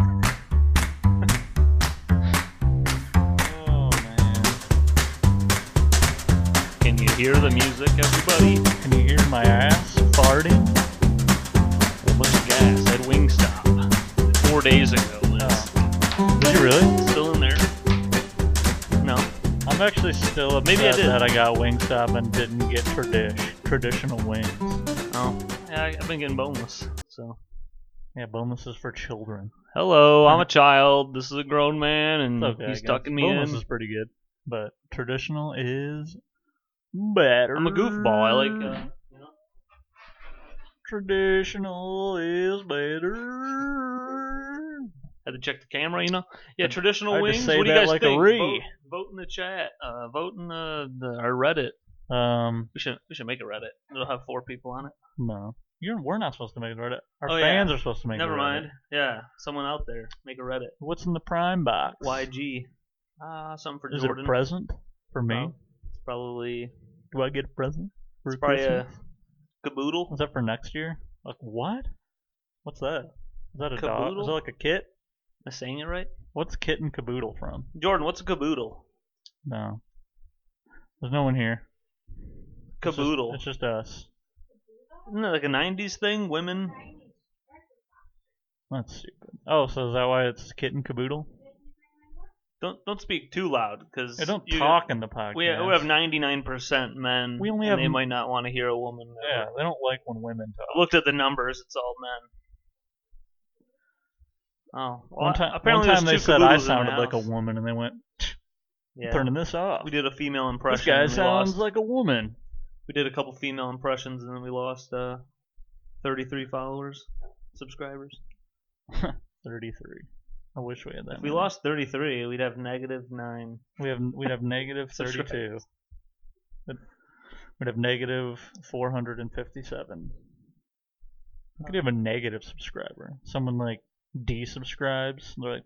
Oh, Can you hear the music, everybody? Can you hear my ass farting? A bunch of gas at Wingstop four days ago. Liz. Oh. Did you really? Still in there? No. I'm actually still upset Maybe I did. that I got Wingstop and didn't get tradish, traditional wings. Oh. Yeah, I- I've been getting boneless. So. Yeah, bonuses for children. Hello, I'm a child. This is a grown man, and It's okay, I Hmm. he's guess. tucking me bonus in. is pretty good, but traditional is better. I'm a goofball. I like. Uh, traditional is better. had to check the camera, you know. Yeah, I'd- traditional I'd just wings. say what do you that guys like a think? re. Vote, vote in the chat. Uh, vote in the, the our Reddit. Um, We should we should make a Reddit. It'll have four people on it. no, you're we're not supposed to make it right. Our Oh, yeah. fans are supposed to make Never it. right. mind. Yeah, someone out there make a Reddit. What's in the prime box? YG. Ah, something for Is it Jordan. a present for me? Oh, it's probably Do I get a present for it's probably a Christmas? caboodle. Is that for next year? Like what? What's that? Is that a dog? Caboodle? Is that like a kit? Am I saying it right? What's kit and caboodle from? Jordan, what's a caboodle? No. There's no one here. It's just- Caboodle. It's just, us. Isn't it like a '90s thing? Women. That's stupid. Oh, so is that why it's kit and caboodle? Don't don't speak too loud because They don't talk in the podcast. We we have 99% men. We only and have They m- might not want to hear a woman. Yeah, they don't like when women I talk. looked at the numbers. It's all men. Oh, well, one time, apparently one time they there's two said I caboodles in the sounded like a house. woman, and they went Yeah. turning this off. We did a female This impression. guy and we sounds lost. like a woman. We did a couple female impressions and then we lost uh, 33 followers, subscribers. 33. I wish we had that. If we many. lost 33, we'd have negative nine. We have we'd have negative That's right. 32. But We'd have negative 457. We could have a negative subscriber. Someone like desubscribes. They're like,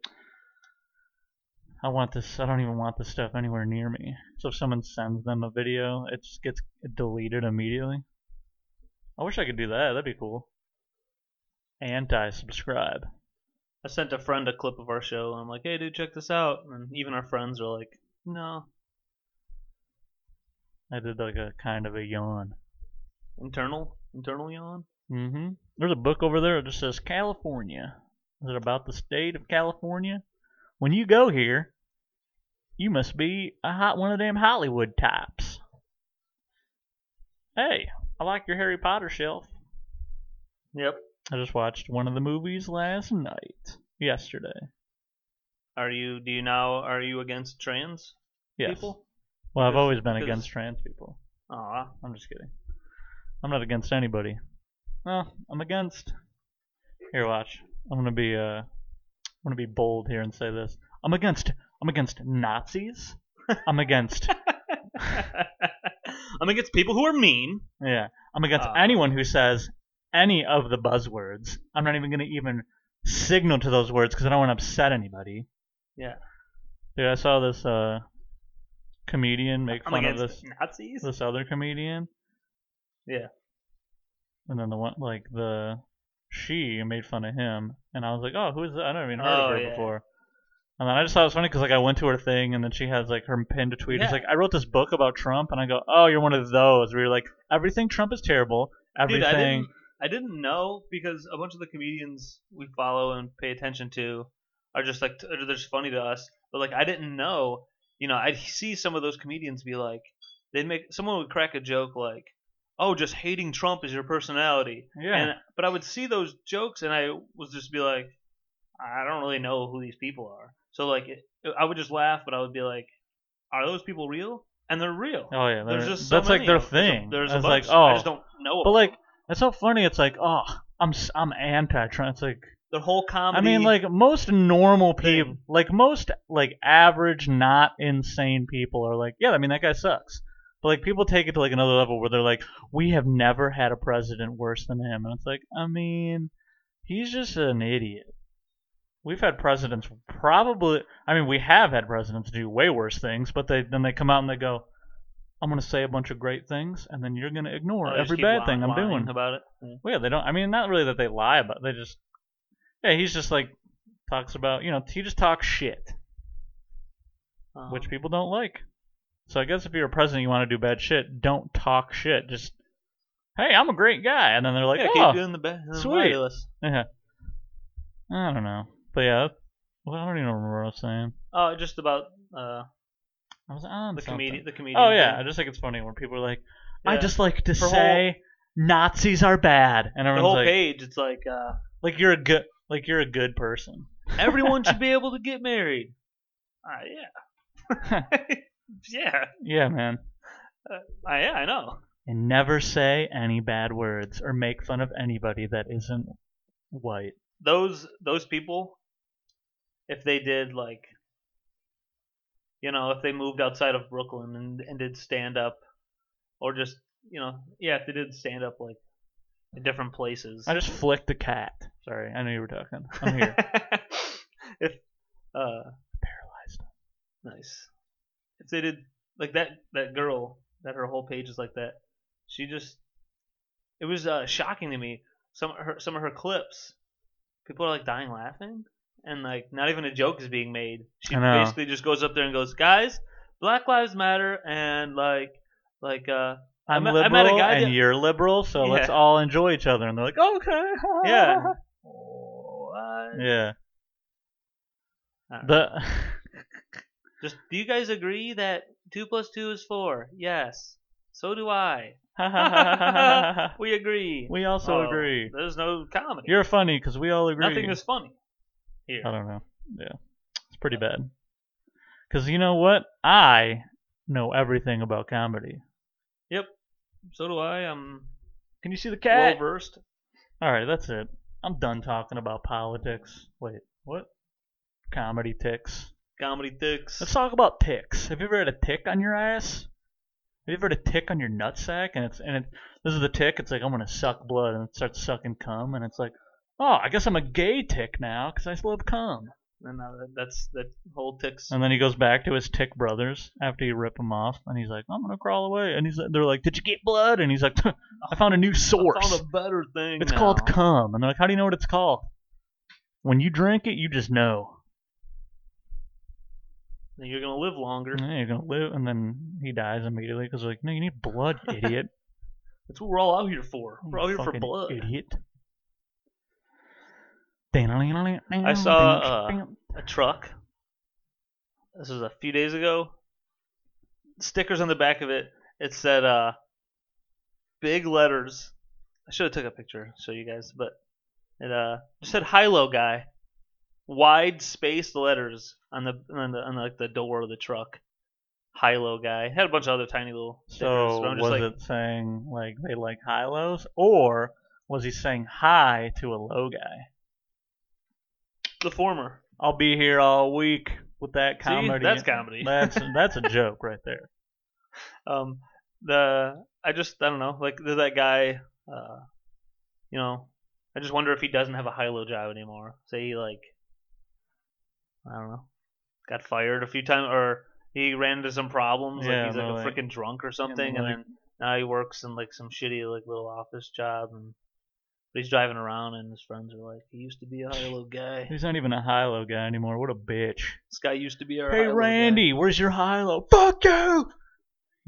I want this. I don't even want this stuff anywhere near me. So if someone sends them a video, it just gets deleted immediately. I wish I could do that. That'd be cool. Anti-subscribe. I sent a friend a clip of our show and I'm like, hey, dude, check this out. And even our friends are like, no, I did like a kind of a yawn. internal, internal yawn. hmm There's a book over there that just says California. Is it about the state of California? When you go here, you must be a hot one of them Hollywood types. Hey, I like your Harry Potter shelf. Yep. I just watched one of the movies last night. Yesterday. Are you? Do you now? Are you against trans Yes. people? Well, I've Because- always been because- against trans people. Aw, I'm just kidding. I'm not against anybody. Well, I'm against. Here, watch. I'm gonna be uh, I'm gonna be bold here and say this. I'm against. I'm against Nazis. I'm against. I'm against people who are mean. Yeah. I'm against Uh. anyone who says any of the buzzwords. I'm not even gonna even signal to those words because I don't want to upset anybody. Yeah. Dude, I saw this uh, comedian make I'm fun of against this Nazis. this other comedian. Yeah. And then the one like the she made fun of him, and I was like, oh, who's that? I never even heard Oh, of her yeah. before. And then I just thought it was funny because like I went to her thing, and then she has like her pinned tweet. It's Yeah. like I wrote this book about Trump, and I go, oh, you're one of those where you're like everything Trump is terrible, Dude, I everything. didn't. I didn't know because a bunch of the comedians we follow and pay attention to are just like t- they're just funny to us. But like I didn't know. You know, I'd see some of those comedians be like, they would make someone would crack a joke like, "Oh, just hating Trump is your personality." yeah, And but I would see those jokes and I was just be like, I don't really know who these people are. So like, it, I would just laugh, but I would be like, Are those people real? And they're real. oh yeah, There's they're- just so that's like many their of them. thing. There's, I a, there's was a like, bunch. oh, I just don't know. but like that's so funny. It's like, oh, I'm s- I'm anti-Trump. It's like the whole comedy. I mean, like most normal thing. people, like most like average, not insane people are like, yeah, I mean that guy sucks. But like people take it to like another level where they're like, we have never had a president worse than him, and it's like, I mean, he's just an idiot. We've had presidents probably, I mean, we have had presidents do way worse things, but they then they come out and they go, I'm gonna say a bunch of great things, and then you're gonna ignore I just every keep bad ly- thing I'm lying doing. about it. Yeah. Well, yeah, they don't. I mean, not really that they lie about. They just, yeah, he's just like talks about. You know, he just talks shit, Um, which people don't like. So I guess if you're a president, you want to do bad shit. Don't talk shit. Just hey, I'm a great guy, and then they're like, yeah, oh, keep doing the best. sweet. I don't know. But yeah, well, I don't even remember what I was saying. Oh, just about uh, I was on the something. comedian. The comedian. Oh yeah, I thing. just think it's funny when people are like, I Yeah. just like to For say Nazis are bad, and the everyone's whole like, page. It's like uh, like you're a good, like you're a good person. everyone should be able to get married. Uh, yeah. yeah. Yeah, man. I, yeah. I know. And never say any bad words or make fun of anybody that isn't white. those those people if they did like you know if they moved outside of brooklyn and, and did stand up or just you know yeah if they did stand up like in different places I just flicked the cat. Sorry, I know you were talking. I'm here. if uh Paralyzed. nice if they did like that that girl that her whole page is like that she just it was uh, shocking to me some of her some of her clips people are like dying laughing and like not even a joke is being made she I know. basically just goes up there and goes guys black lives matter and like like uh I'm I met- I liberal, met a guy and that- you're liberal, so Yeah. let's all enjoy each other. And they're like, okay, yeah What? yeah. I don't know. The just do you guys agree that two plus two is four yes so do i we agree we also Oh, agree. There's no comedy. You're funny because we all agree. Nothing is Uh, funny. Here. I don't know. Yeah, it's pretty bad. Because you know what? I know everything about comedy. So do I. I'm Can you see the well versed. All right, that's it. I'm done talking about politics. Wait, what? Comedy ticks. Comedy ticks. Let's talk about ticks. Have you ever had a tick on your ass? Have you ever had a tick on your nutsack? And it's and it, this is the tick. It's like I'm gonna suck blood, and it starts sucking cum, and it's like, oh, I guess I'm a gay tick now because I love cum. And uh, that's that whole ticks. And then he goes back to his tick brothers after you rip him off, and he's like, I'm gonna crawl away. And he's they're like, Did you get blood? And he's like, I found a new source. I found a better thing. It's now. called cum. And they're like, How do you know what it's called? When you drink it, you just know. And You're gonna live longer. And then you're gonna live. And then he dies immediately because like, No, you need blood, idiot. That's what we're all out here for. We're all here for Fucking blood. Idiot. I saw, uh, A truck. This was a few days ago. Stickers on the back of it. It said uh, big letters. I should have took a picture to show you guys, but it uh just said "Hilo guy." Wide spaced letters on the on the on like the door of the truck. "Hilo guy had a bunch of other tiny little stickers. So but I'm just was like, it saying like they like high lows, or was he saying hi to a low guy? the former. I'll be here all week with that See, comedy. that's comedy. That's that's a joke right there. um the i just i don't know like there's that guy uh you know i just wonder if he doesn't have a high low job anymore say he like i don't know got fired a few times or he ran into some problems Yeah, like he's they're like a like- freaking drunk or something and like- then now he works in like some shitty like little office job and but he's driving around and his friends are like he used to be a high low guy He's not even a high low guy anymore. What a bitch. this guy used to be our Hey high-low guy." Randy, where's your high low? Fuck you.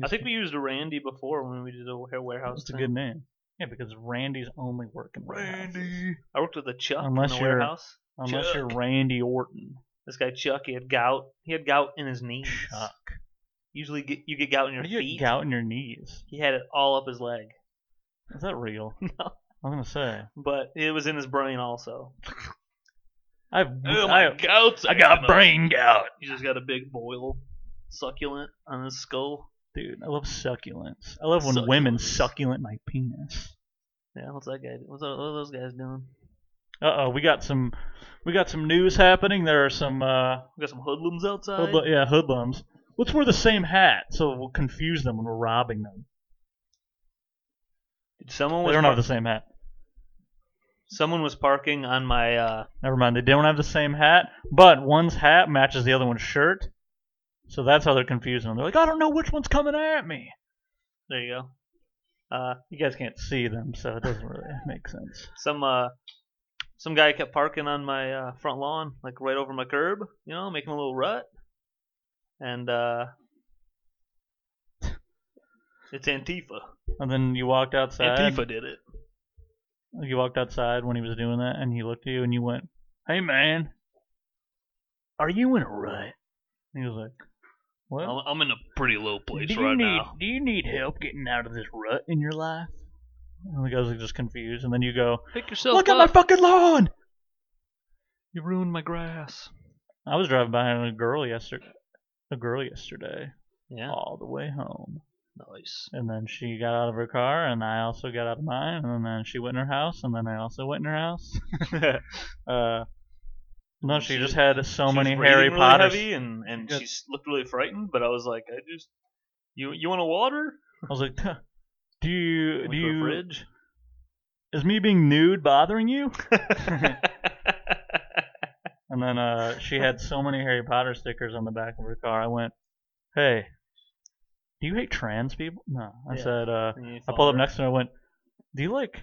i think we used randy before when we did the hair warehouse that's a thing. good name. Yeah, because Randy's only working. I worked with a Chuck Unless in the you're- warehouse. Unless Chuck. you're Randy Orton. This guy Chuck, he had gout. He had gout in his knees. Chuck. Usually, get, you get gout in your Why do you feet. get gout in your knees? He had it all up his leg, Is that real? No. I'm gonna say but it was in his brain also. I've Oh I, gout's! I got brain gout, He just got a big boil, succulent on his skull. dude. I love succulents. I love when women Succulents. succulent my penis. Yeah, what's that guy? What's all what are those guys doing? Uh oh, we got some we got some news happening. There are some uh We got some hoodlums outside. hoodlu- yeah hoodlums. Let's wear the same hat so we'll confuse them when we're robbing them. Dude, Someone They was don't have par- the same hat. someone was parking on my uh, Never mind. They don't have the same hat, but one's hat matches the other one's shirt. So that's how they're confusing them. They're like, I don't know which one's coming at me. there you go. Uh, You guys can't see them, so it doesn't really make sense. some uh some guy kept parking on my uh, front lawn, like right over my curb, you know, making a little rut. And uh It's Antifa. And then you walked outside. Antifa did it. You walked outside when he was doing that, and he looked at you, and you went, "Hey, man, are you in a rut?" And he was like, "What? I'm, I'm in a pretty low place do you right need now. do you need help getting out of this rut in your life?" And the guy's like just confused, and then you go, Pick yourself "Look at up. my fucking lawn!" you ruined my grass. I was driving behind a girl yesterday, a girl yesterday, Yeah. all the way home, Nice. and then she got out of her car, and I also got out of mine, and then she went in her house, and then I also went in her house. uh, no, she She- just had so She many was Harry breathing really Potter. heavy and and Yeah. she s- looked really frightened, but I was like, I just you you want a water? I was like, "Huh, do you Went do to a you fridge? is me being nude bothering you? And then uh, she had so many Harry Potter stickers on the back of her car. I went, hey, do you hate trans people? No, I Yeah. said. Uh, And you I pulled up followed next to her and I went, Do you like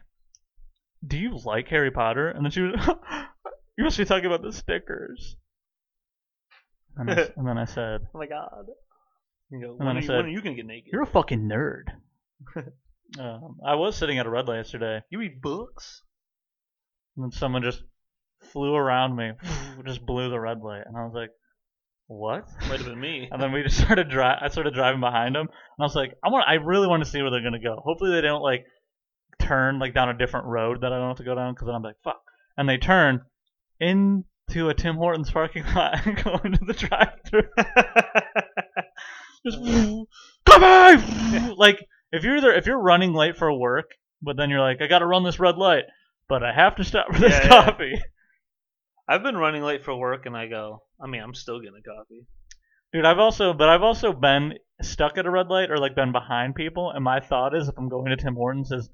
do you like Harry Potter? And then she was You must be talking about the stickers. And, I, s- and then I said, her. Oh my god. You go, then when, I are you, said, when are you gonna get naked? You're a fucking nerd. um, I was sitting at a red light yesterday You read books? and then someone just flew around me, just blew the red light. And I was like, What? Might have been me. And then we just started dri I started driving behind them, and I was like, I want. I really want to see where they're gonna go. Hopefully they don't like turn like down a different road that I don't have to go down because then I'm like fuck. And they turn into a Tim Hortons parking lot and go into the drive-through. just come on! like if you're either if you're running late for work, but then you're like, I gotta run this red light, but I have to stop for this Yeah, yeah. coffee. I've been running late for work and I go, I mean, I'm still getting a coffee. Dude, I've also, but I've also been stuck at a red light or like been behind people, and my thought is, if I'm going to Tim Hortons, is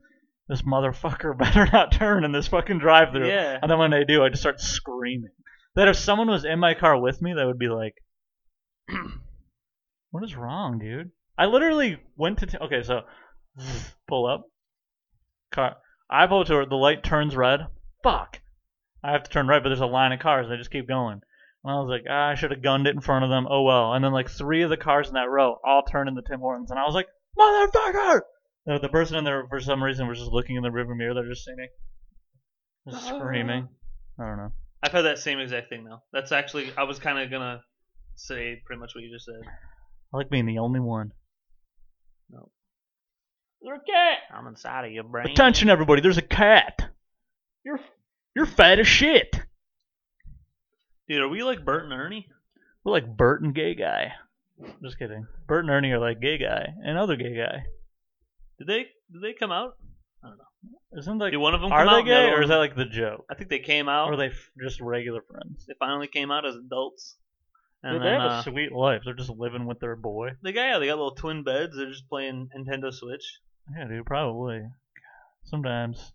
this motherfucker better not turn in this fucking drive-through. Yeah. And then when they do, I just start screaming. That if someone was in my car with me, they would be like, "What is wrong, dude?" I literally went to t- okay, so pull up, car. I pull to her. The light turns red. Fuck. I have to turn right, but there's a line of cars. And I just keep going. And I was like, ah, I should have gunned it in front of them. Oh well. And then like three of the cars in that row all turned into Tim Hortons, and I was like, motherfucker! The, the person in there for some reason was just looking in the rearview mirror. They're just standing, just Uh. screaming. I don't know. Oh. I've had that same exact thing though. That's actually I was kind of gonna say pretty much what you just said. I like being the only one. You're a cat. I'm inside of your brain. Attention, everybody! There's a cat. You're you're fat as shit. Dude, are we like Bert and Ernie? We're like Bert and gay guy. Just kidding. Bert and Ernie are like gay guy and other gay guy. Did they did they come out? Isn't like Did one of them are come they out? and the gay other or is one- that like the joke? I think they came out. Or are they f- just regular friends? they finally came out as adults. And Dude, they then, have uh, a sweet life. They're just living with their boy. they got yeah, they got little twin beds. They're just playing Nintendo Switch. Yeah, dude, probably. Sometimes,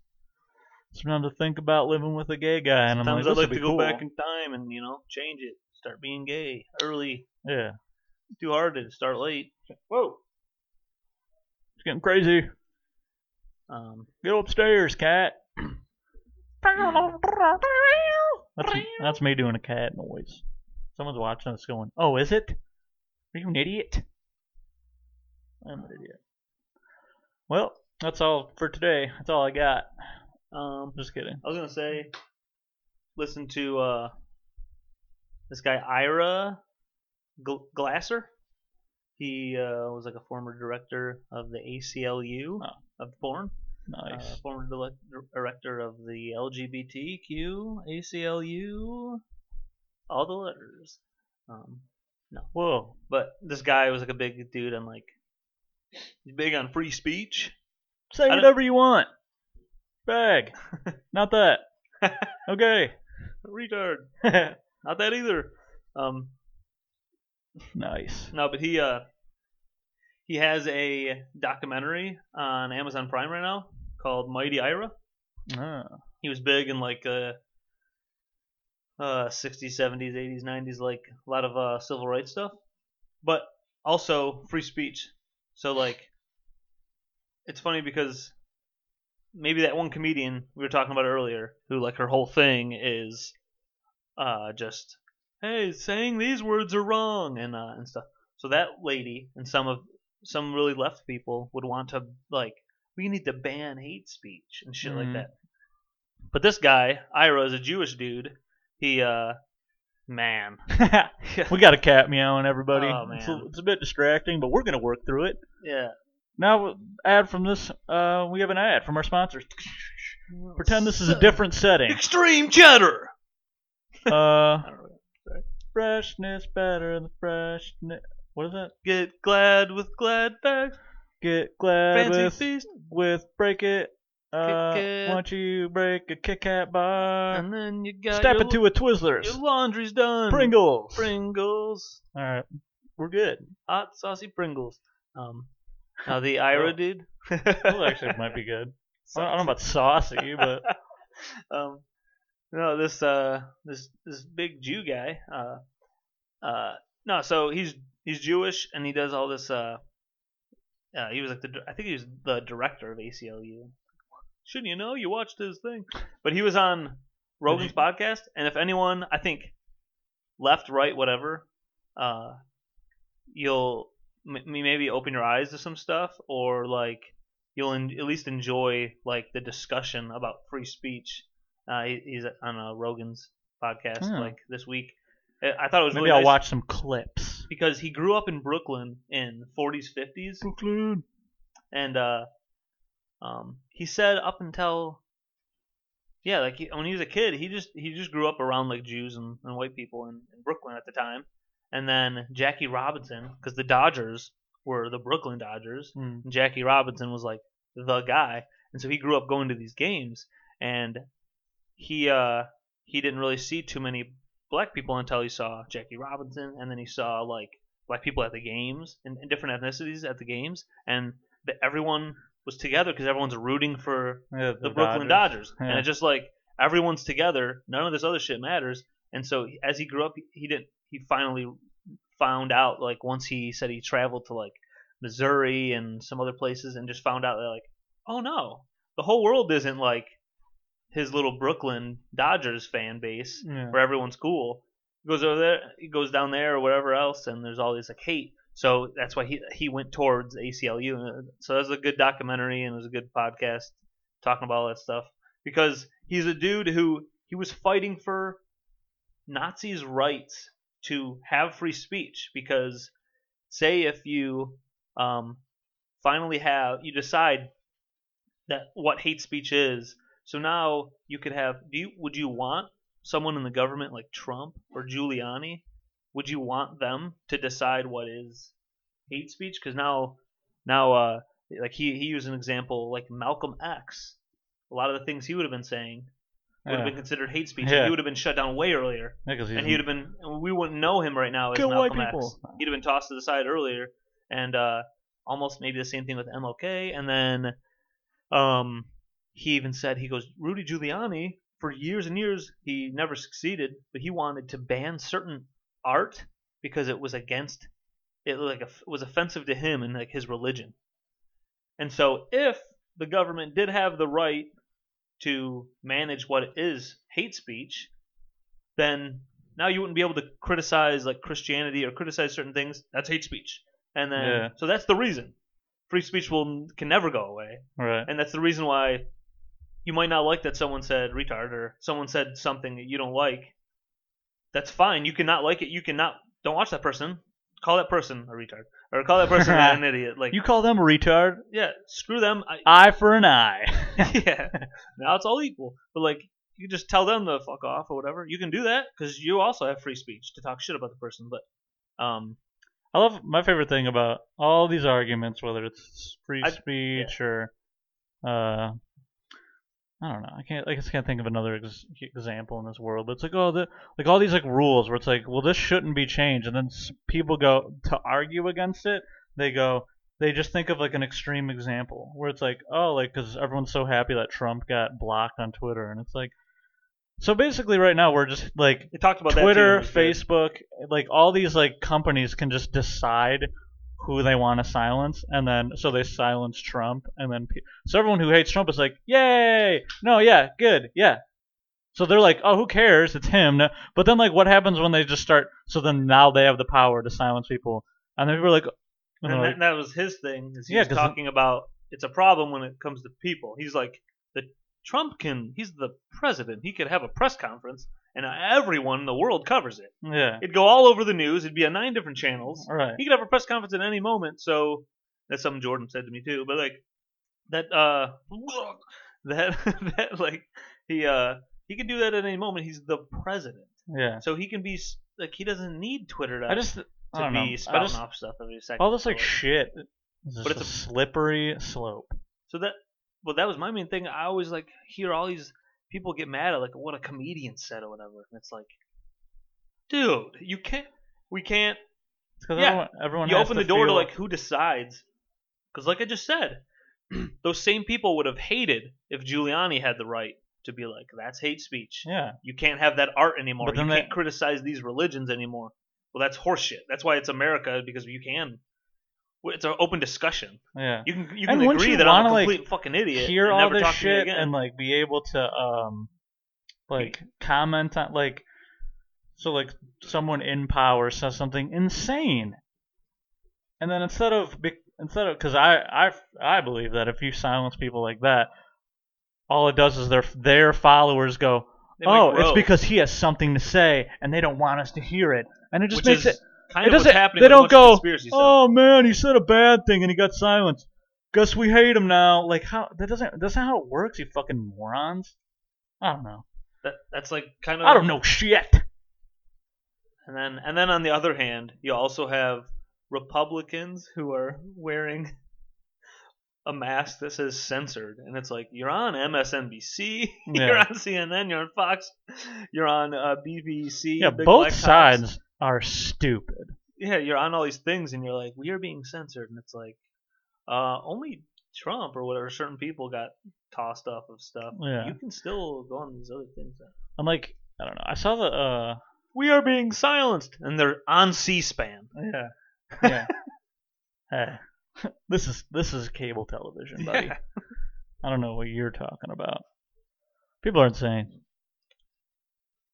sometimes I think about living with a gay guy, and Sometimes I'm like, "This I'd like would to be go cool." back in time and you know change it. Start being gay early. yeah, It's too hard to start late. Whoa. it's getting crazy. Um, Go upstairs, cat. That's that's me doing a cat noise. Someone's watching us going, "Oh, is it? Are you an idiot?" I'm an idiot. Well, that's all for today. That's all I got. um, Just kidding. I was gonna say, listen to uh, this guy Ira Gl- Glasser. He uh, was like a former director of the ACLU Oh. of porn, uh, Nice. former dile- director of the LGBTQ ACLU, all the letters. Um, Whoa. but this guy was like a big dude on like he's big on free speech. Say I don't- whatever you want. Bag. Not that. Okay. Retard, not that either. Um, Nice. No, but he uh he has a documentary on Amazon Prime right now called Mighty Ira. Ah. He was big in like uh uh 60s, 70s, 80s, 90s like a lot of uh civil rights stuff, but also free speech. So like it's funny because maybe that one comedian we were talking about earlier who like her whole thing is uh just hey saying these words are wrong and uh and stuff so that lady and some of some really left people would want to like we need to ban hate speech and shit like Mhm. that. But this guy, Ira, is a Jewish dude. He uh man. we got a cat meowing, everybody. Oh, It's, a, man. it's a bit distracting, but we're gonna work through it. yeah. Now, ad from this. Uh, we have an ad from our sponsors. Pretend this is a different setting. extreme cheddar. Uh, I don't know. freshness better than freshness. What is that? Get glad with glad bags. Get glad Fancy with, feast. with break it. Uh, Kick it. once you break a Kit Kat bar, And then you got step your, into a Twizzlers. your laundry's done. Pringles. Pringles. All right, we're good. Hot saucy Pringles. Um now the Ira Oh. dude. Those actually might be good. I don't I don't know about saucy, but um, no, this uh, this this big Jew guy. Uh, uh, no, so he's he's Jewish and he does all this. Uh, uh, he was like the di- I think he was the director of ACLU. Shouldn't you know? You watched his thing, but he was on Rogan's podcast. And if anyone, I think, left, right, whatever, uh, you'll m- maybe open your eyes to some stuff or like you'll en- at least enjoy like the discussion about free speech. Uh, he- he's on uh, Rogan's podcast Hmm. like this week. I I thought it was maybe really I'll nice watch some clips. because he grew up in Brooklyn in 40s, 50s, Brooklyn. and uh, um, he said up until yeah, like he, when he was a kid, he just he just grew up around like Jews and, and white people in, in Brooklyn at the time, and then Jackie Robinson because the Dodgers were the Brooklyn Dodgers, Mm. and Jackie Robinson was like the guy, and so he grew up going to these games, and he uh he didn't really see too many black people until he saw Jackie Robinson, and then he saw like black people at the games and, and different ethnicities at the games, and the, everyone was together because everyone's rooting for Yeah, the, Brooklyn Dodgers. Dodgers, Yeah. and it's just like everyone's together. None of this other shit matters. And so as he grew up, he, he didn't. He finally found out like once he said he traveled to like Missouri and some other places, and just found out that like, oh no, the whole world isn't like his little Brooklyn Dodgers fan base Yeah. where everyone's cool. He goes over there, he goes down there or whatever else, and there's all this like hate. So that's why he he went towards ACLU. So that was a good documentary and it was a good podcast talking about all that stuff because he's a dude who he was fighting for Nazis' rights to have free speech because say if you um, finally have you decide that what hate speech is so now you could have do you would you want someone in the government like Trump or Giuliani would you want them to decide what is hate speech because now now uh like he he used an example like Malcolm X a lot of the things he would have been saying would Yeah. have been considered hate speech Yeah. and he would have been shut down way earlier Yeah, 'cause he's and he'd have been we wouldn't know him right now as Kill white Malcolm X. people. He'd have been tossed to the side earlier, and uh, almost maybe the same thing with MLK. And then um, he even said he goes Rudy Giuliani for years and years he never succeeded, but he wanted to ban certain art because it was against it like it was offensive to him and like his religion. And so if the government did have the right to manage what is hate speech, then now you wouldn't be able to criticize like Christianity or criticize certain things. That's hate speech. And then Yeah. so that's the reason free speech will can never go away. right. And that's the reason why you might not like that someone said retard or someone said something that you don't like. That's fine. You cannot like it. You cannot don't watch that person. Call that person a retard or call that person an idiot. Like You call them a retard? yeah, screw them. I, Eye for an eye. yeah. Now it's all equal. But like you can just tell them to fuck off or whatever. You can do that because you also have free speech to talk shit about the person. But um, I love my favorite thing about all these arguments, whether it's free I- speech or, uh, I don't know. I can't. I just can't think of another ex- example in this world. But it's like oh, the, like all these like rules where it's like, well, this shouldn't be changed, and then s- people go to argue against it. They go. They just think of like an extreme example where it's like, oh, like because everyone's so happy that Trump got blocked on Twitter, and it's like, so basically right now we're just like they talked about Twitter, that too, It was Facebook, like all these like companies can just decide who they want to silence, and then so they silence Trump, and then pe- so everyone who hates Trump is like, yay, no, yeah, good, yeah. So they're like, oh, who cares? It's him. No- But then like, what happens when they just start? So then now they have the power to silence people, and then people are like, And And they're that, like, that was his thing. Is he Uh, Yeah, was 'cause- talking about it's a problem when it comes to people. He's like the Trump can. He's the president. He could have a press conference, and everyone in the world covers it. yeah, It'd go all over the news. It'd be on nine different channels. all right. He could have a press conference at any moment. So that's something Jordan said to me too. But like that, uh, that that like he uh he can do that at any moment. He's the president, Yeah. so he can be s- like he doesn't need Twitter to, I just, I to don't know. be I spouting just, off stuff every second. all this like So, shit. Is but But it's a it's slippery slope. So that well, that was my main thing. I always like hear all these people get mad at like what a comedian said or whatever, and it's like, dude, you can't. We can't. It's 'cause Yeah. everyone, everyone You has open to the door to feel- like who decides, because like I just said, those same people would have hated if Giuliani had the right to be like, that's hate speech. yeah, You can't have that art anymore. But You then that- can't criticize these religions anymore. Well, that's horseshit. That's why it's America because you can. Well, It's an open discussion. yeah. You can you And can wouldn't agree you that I'm a wanna, like, complete fucking idiot. hear and all never this talk to me shit again. and like be able to um like comment on like so like someone in power says something insane and then instead of be- instead of because I, I i believe that if you silence people like that all it does is their their followers go They might oh it's grow, because he has something to say and they don't want us to hear it and it just which makes is it kind it of what's doesn't- happening. they with a don't bunch of go, conspiracy stuff. Oh man, he said a bad thing and he got silenced. Guess we hate him now. Like how that doesn't that's not how it works, you fucking morons. I don't know. That, that's like kind of I don't know shit. And then and then on the other hand, you also have Republicans who are wearing a mask that says censored, and it's like you're on MSNBC, you're Yeah. on CNN, you're on Fox, you're on uh, BBC. Yeah, Big both Black Cox. sides are stupid. Yeah, you're on all these things, and you're like, we are being censored, and it's like, uh, only Trump or whatever certain people got tossed off of stuff. Yeah. You can still go on these other things. I'm like I don't know. I saw the uh We are being silenced, and they're on C-SPAN. Yeah. Yeah. hey. This is this is cable television, buddy. Yeah. I don't know what you're talking about. People are insane.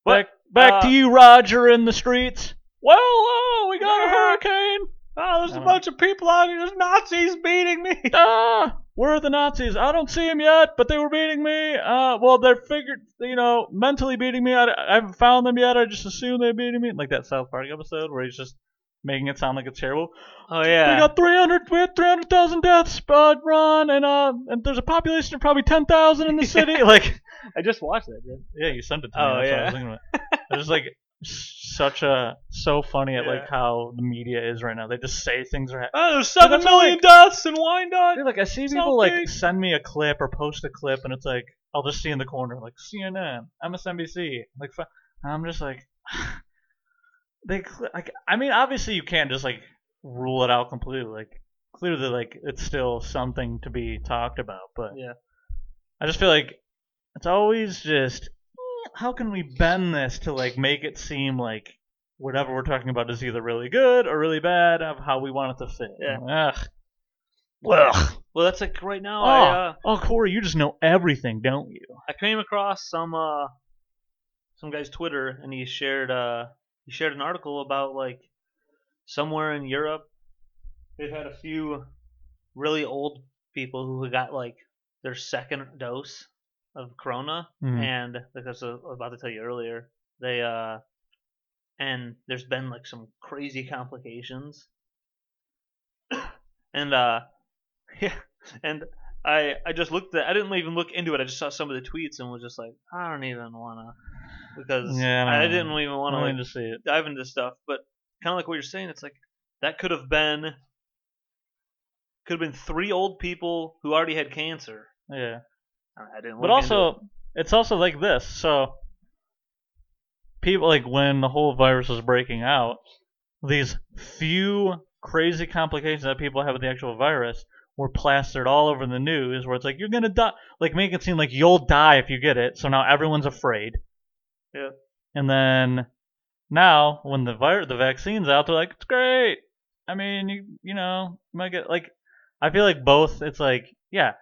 But, back back uh, to you, Roger, in the streets. Well, oh, we got a hurricane. Oh, there's I a don't- bunch of people out here. There's Nazis beating me. ah, where are the Nazis? I don't see them yet, but they were beating me. Uh, well, they're figured, you know, mentally beating me. I, I haven't found them yet. I just assume they're beating me. Like that South Park episode where he's just making it sound like it's terrible. Oh We yeah. got 300, we had 300,000 deaths, uh, Ron, and uh, and there's a population of probably 10,000 in the city. Like, I just watched that. Dude. yeah, you sent it to me. Oh, That's what I yeah. was thinking about. It's just like such a so funny at Yeah. like how the media is right now. They just say things are. Oh, there's seven that's million deaths in Wyandotte. Dude, like I see It's people all like fake. send me a clip or post a clip, and it's like I'll just see in the corner like CNN, MSNBC, like fi- and I'm just like they cl- like I mean obviously you can't just like rule it out completely. Like clearly like it's still something to be talked about, but Yeah. I just feel like it's always just "Mm, how can we bend this to like make it seem like whatever we're talking about is either really good or really bad of how we want it to fit. Yeah. Ugh. Ugh. Well, that's like right now. Oh. I uh, Oh, Corey, you just know everything, don't you? I came across some uh some guy's Twitter, and he shared uh he shared an article about like somewhere in Europe they've had a few really old people who got like their second dose of Corona. Hmm. and like I was uh, about to tell you earlier, they uh, and there's been like some crazy complications, and uh, yeah, and I I just looked at I didn't even look into it. I just saw some of the tweets and was just like, I don't even wanna because Yeah, I don't I, know. didn't even I wanna wanted like to see it. dive into this stuff, but kind of like what you're saying, it's like that could have been could have been three old people who already had cancer. Yeah, I I didn't. but look into also it's also like this. So people like when the whole virus was breaking out, these few crazy complications that people have with the actual virus were plastered all over the news, where it's like you're gonna die, like make it seem like you'll die if you get it. So now everyone's afraid. Yeah. And then now when the vir- the vaccine's out, they're like, it's great. I mean, you you know, you might get like, I feel like both. It's like, yeah,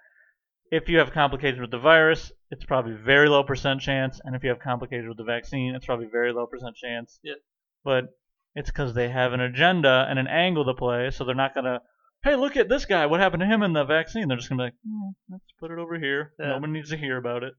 if you have complications with the virus, it's probably very low percent chance, and if you have complications with the vaccine, it's probably very low percent chance. Yeah. But it's because they have an agenda and an angle to play, so they're not gonna hey, look at this guy. What happened to him in the vaccine? They're just gonna be like, "Mm, let's put it over here. Yeah. No one needs to hear about it.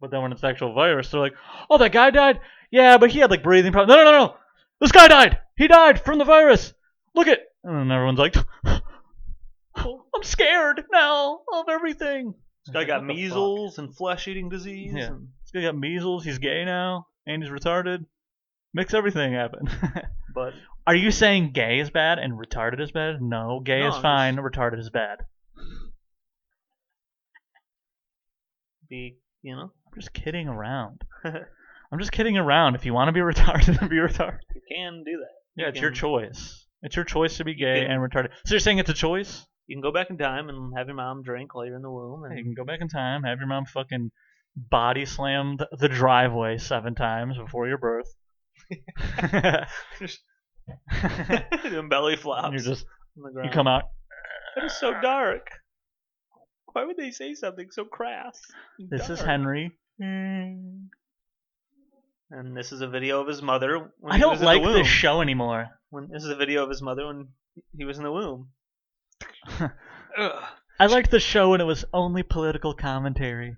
But then when it's actual virus, they're like, oh, that guy died. Yeah, but he had like breathing problems. No, no, no, no. This guy died. He died from the virus. Look at. And then everyone's like, I'm scared now of everything. This guy got What the fuck? measles and flesh eating disease. Yeah. And This guy got measles. He's gay now, and he's retarded. Makes everything happen. but Are you saying gay is bad and retarded is bad? No, gay No, is I'm fine. Retarded is bad. the you know I'm just kidding around. I'm just kidding around. If you want to be retarded, then be retarded. you can do that. Yeah, it's your can- choice. It's your choice to be gay Yeah. and retarded. So you're saying it's a choice? You can go back in time and have your mom drink while you're in the womb, You and can go back in time, have your mom fucking body slam th- the driveway seven times before your birth. Just- and doing belly flops you're just on the you ground. come out. That is so dark. Why would they say something so crass? and This is dark? Henry. And this is a video of his mother. When I he don't was in like the womb. this show anymore. when, this is a video of his mother when he was in the womb. Ugh. I liked the show when it was only political commentary.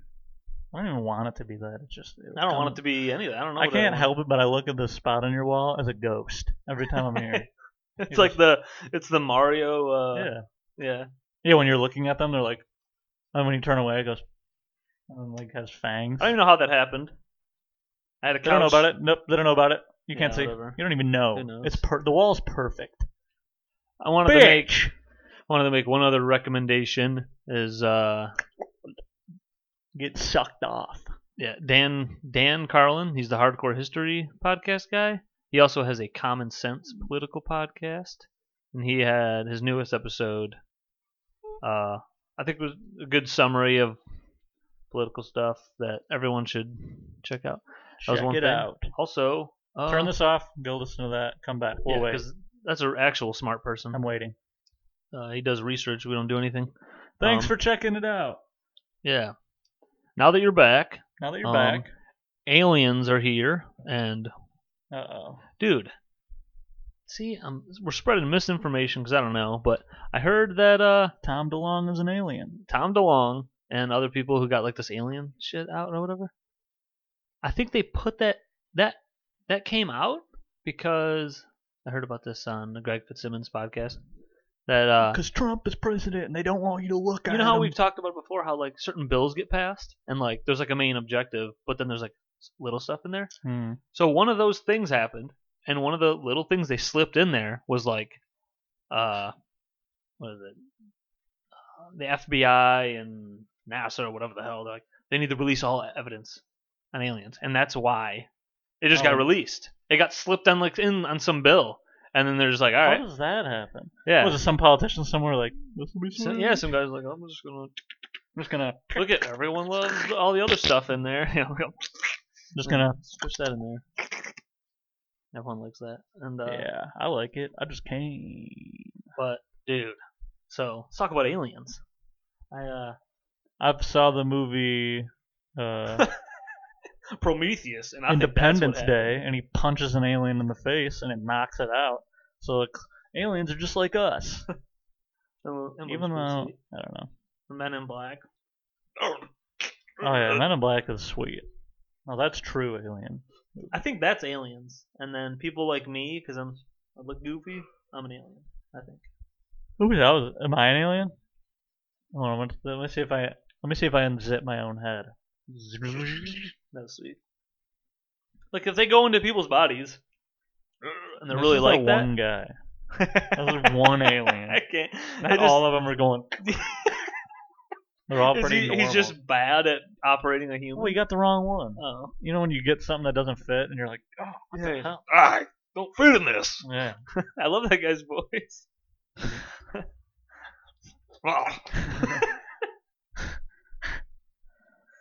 I don't even want it to be that. It's just I don't want it to be any of that. I don't know. I what can't want. help it, but I look at the spot on your wall as a ghost every time I'm here. It's like the it's the Mario. Uh, yeah. yeah, yeah. When you're looking at them, they're like, and when you turn away, it goes, and like has fangs. I don't even know how that happened. I had a They don't know couch. about it. Nope, they don't know about it. You Yeah, can't see. whatever. You don't even Who know. knows? It's per- the wall's perfect. I wanted to make Bitch. wanted to make one other recommendation. Is uh Get sucked off. yeah Dan Dan Carlin. He's the Hardcore History podcast guy. He also has a Common Sense political podcast, and he had his newest episode. Uh, I think it was a good summary of political stuff that everyone should check out. That was Check one it thing. out. Also, uh, turn this off. Go listen to that. Come back. We'll yeah, wait. 'cause that's an actual smart person. I'm waiting. Uh, he does research. We don't do anything. Thanks Um, for checking it out. Yeah. Now that you're back, Now that you're um, back. aliens are here, and Uh oh. dude, see, um, we're spreading misinformation because I don't know, but I heard that uh, Tom DeLong is an alien. Tom DeLong and other people who got like this alien shit out or whatever, I think they put that that that came out because I heard about this on the Greg Fitzsimmons podcast that uh, Because Trump is president and they don't want you to look you at know how him. we've talked about before how like certain bills get passed and like there's like a main objective but then there's like little stuff in there Hmm. so one of those things happened and one of the little things they slipped in there was like uh what is it Uh, the fbi and nasa or whatever the hell they're like they need to release all evidence on aliens and that's why it just Oh. got released it got slipped on like in on some bill and then they're just like all How right does that happen? yeah Was it some politician somewhere like this will be so, sweet. yeah some guys are like i'm just gonna I'm just gonna Look at everyone loves all the other stuff in there. You know, we'll just gonna switch that in there. Everyone likes that. And uh, Yeah, I like it. I just came. but dude, so let's talk about aliens. I uh I saw the movie uh, Prometheus and I think that's what Independence happened. Day, and he punches an alien in the face, and it knocks it out. So like, aliens are just like us, And- Oh, and even Liverpool though City, I don't know. Men in Black. Oh. Oh yeah, Men in Black is sweet. Well, that's true alien. I think that's aliens. And then people like me, because I'm I look goofy. I'm an alien. I think. Ooh, that was. Am I an alien? Hold on, let me- let me see if I let me see if I unzip my own head. That's sweet. Like if they go into people's bodies, and they're This really is like that. one guy. That was one alien. I can't. Not I just, all of them are going. They're all is pretty he- normal. he's just bad at operating a human. Well, you got the wrong one. oh. You know when you get something that doesn't fit, and you're like, oh, what the Yeah. hell? I don't fit in this. Yeah. I love that guy's voice. Ah,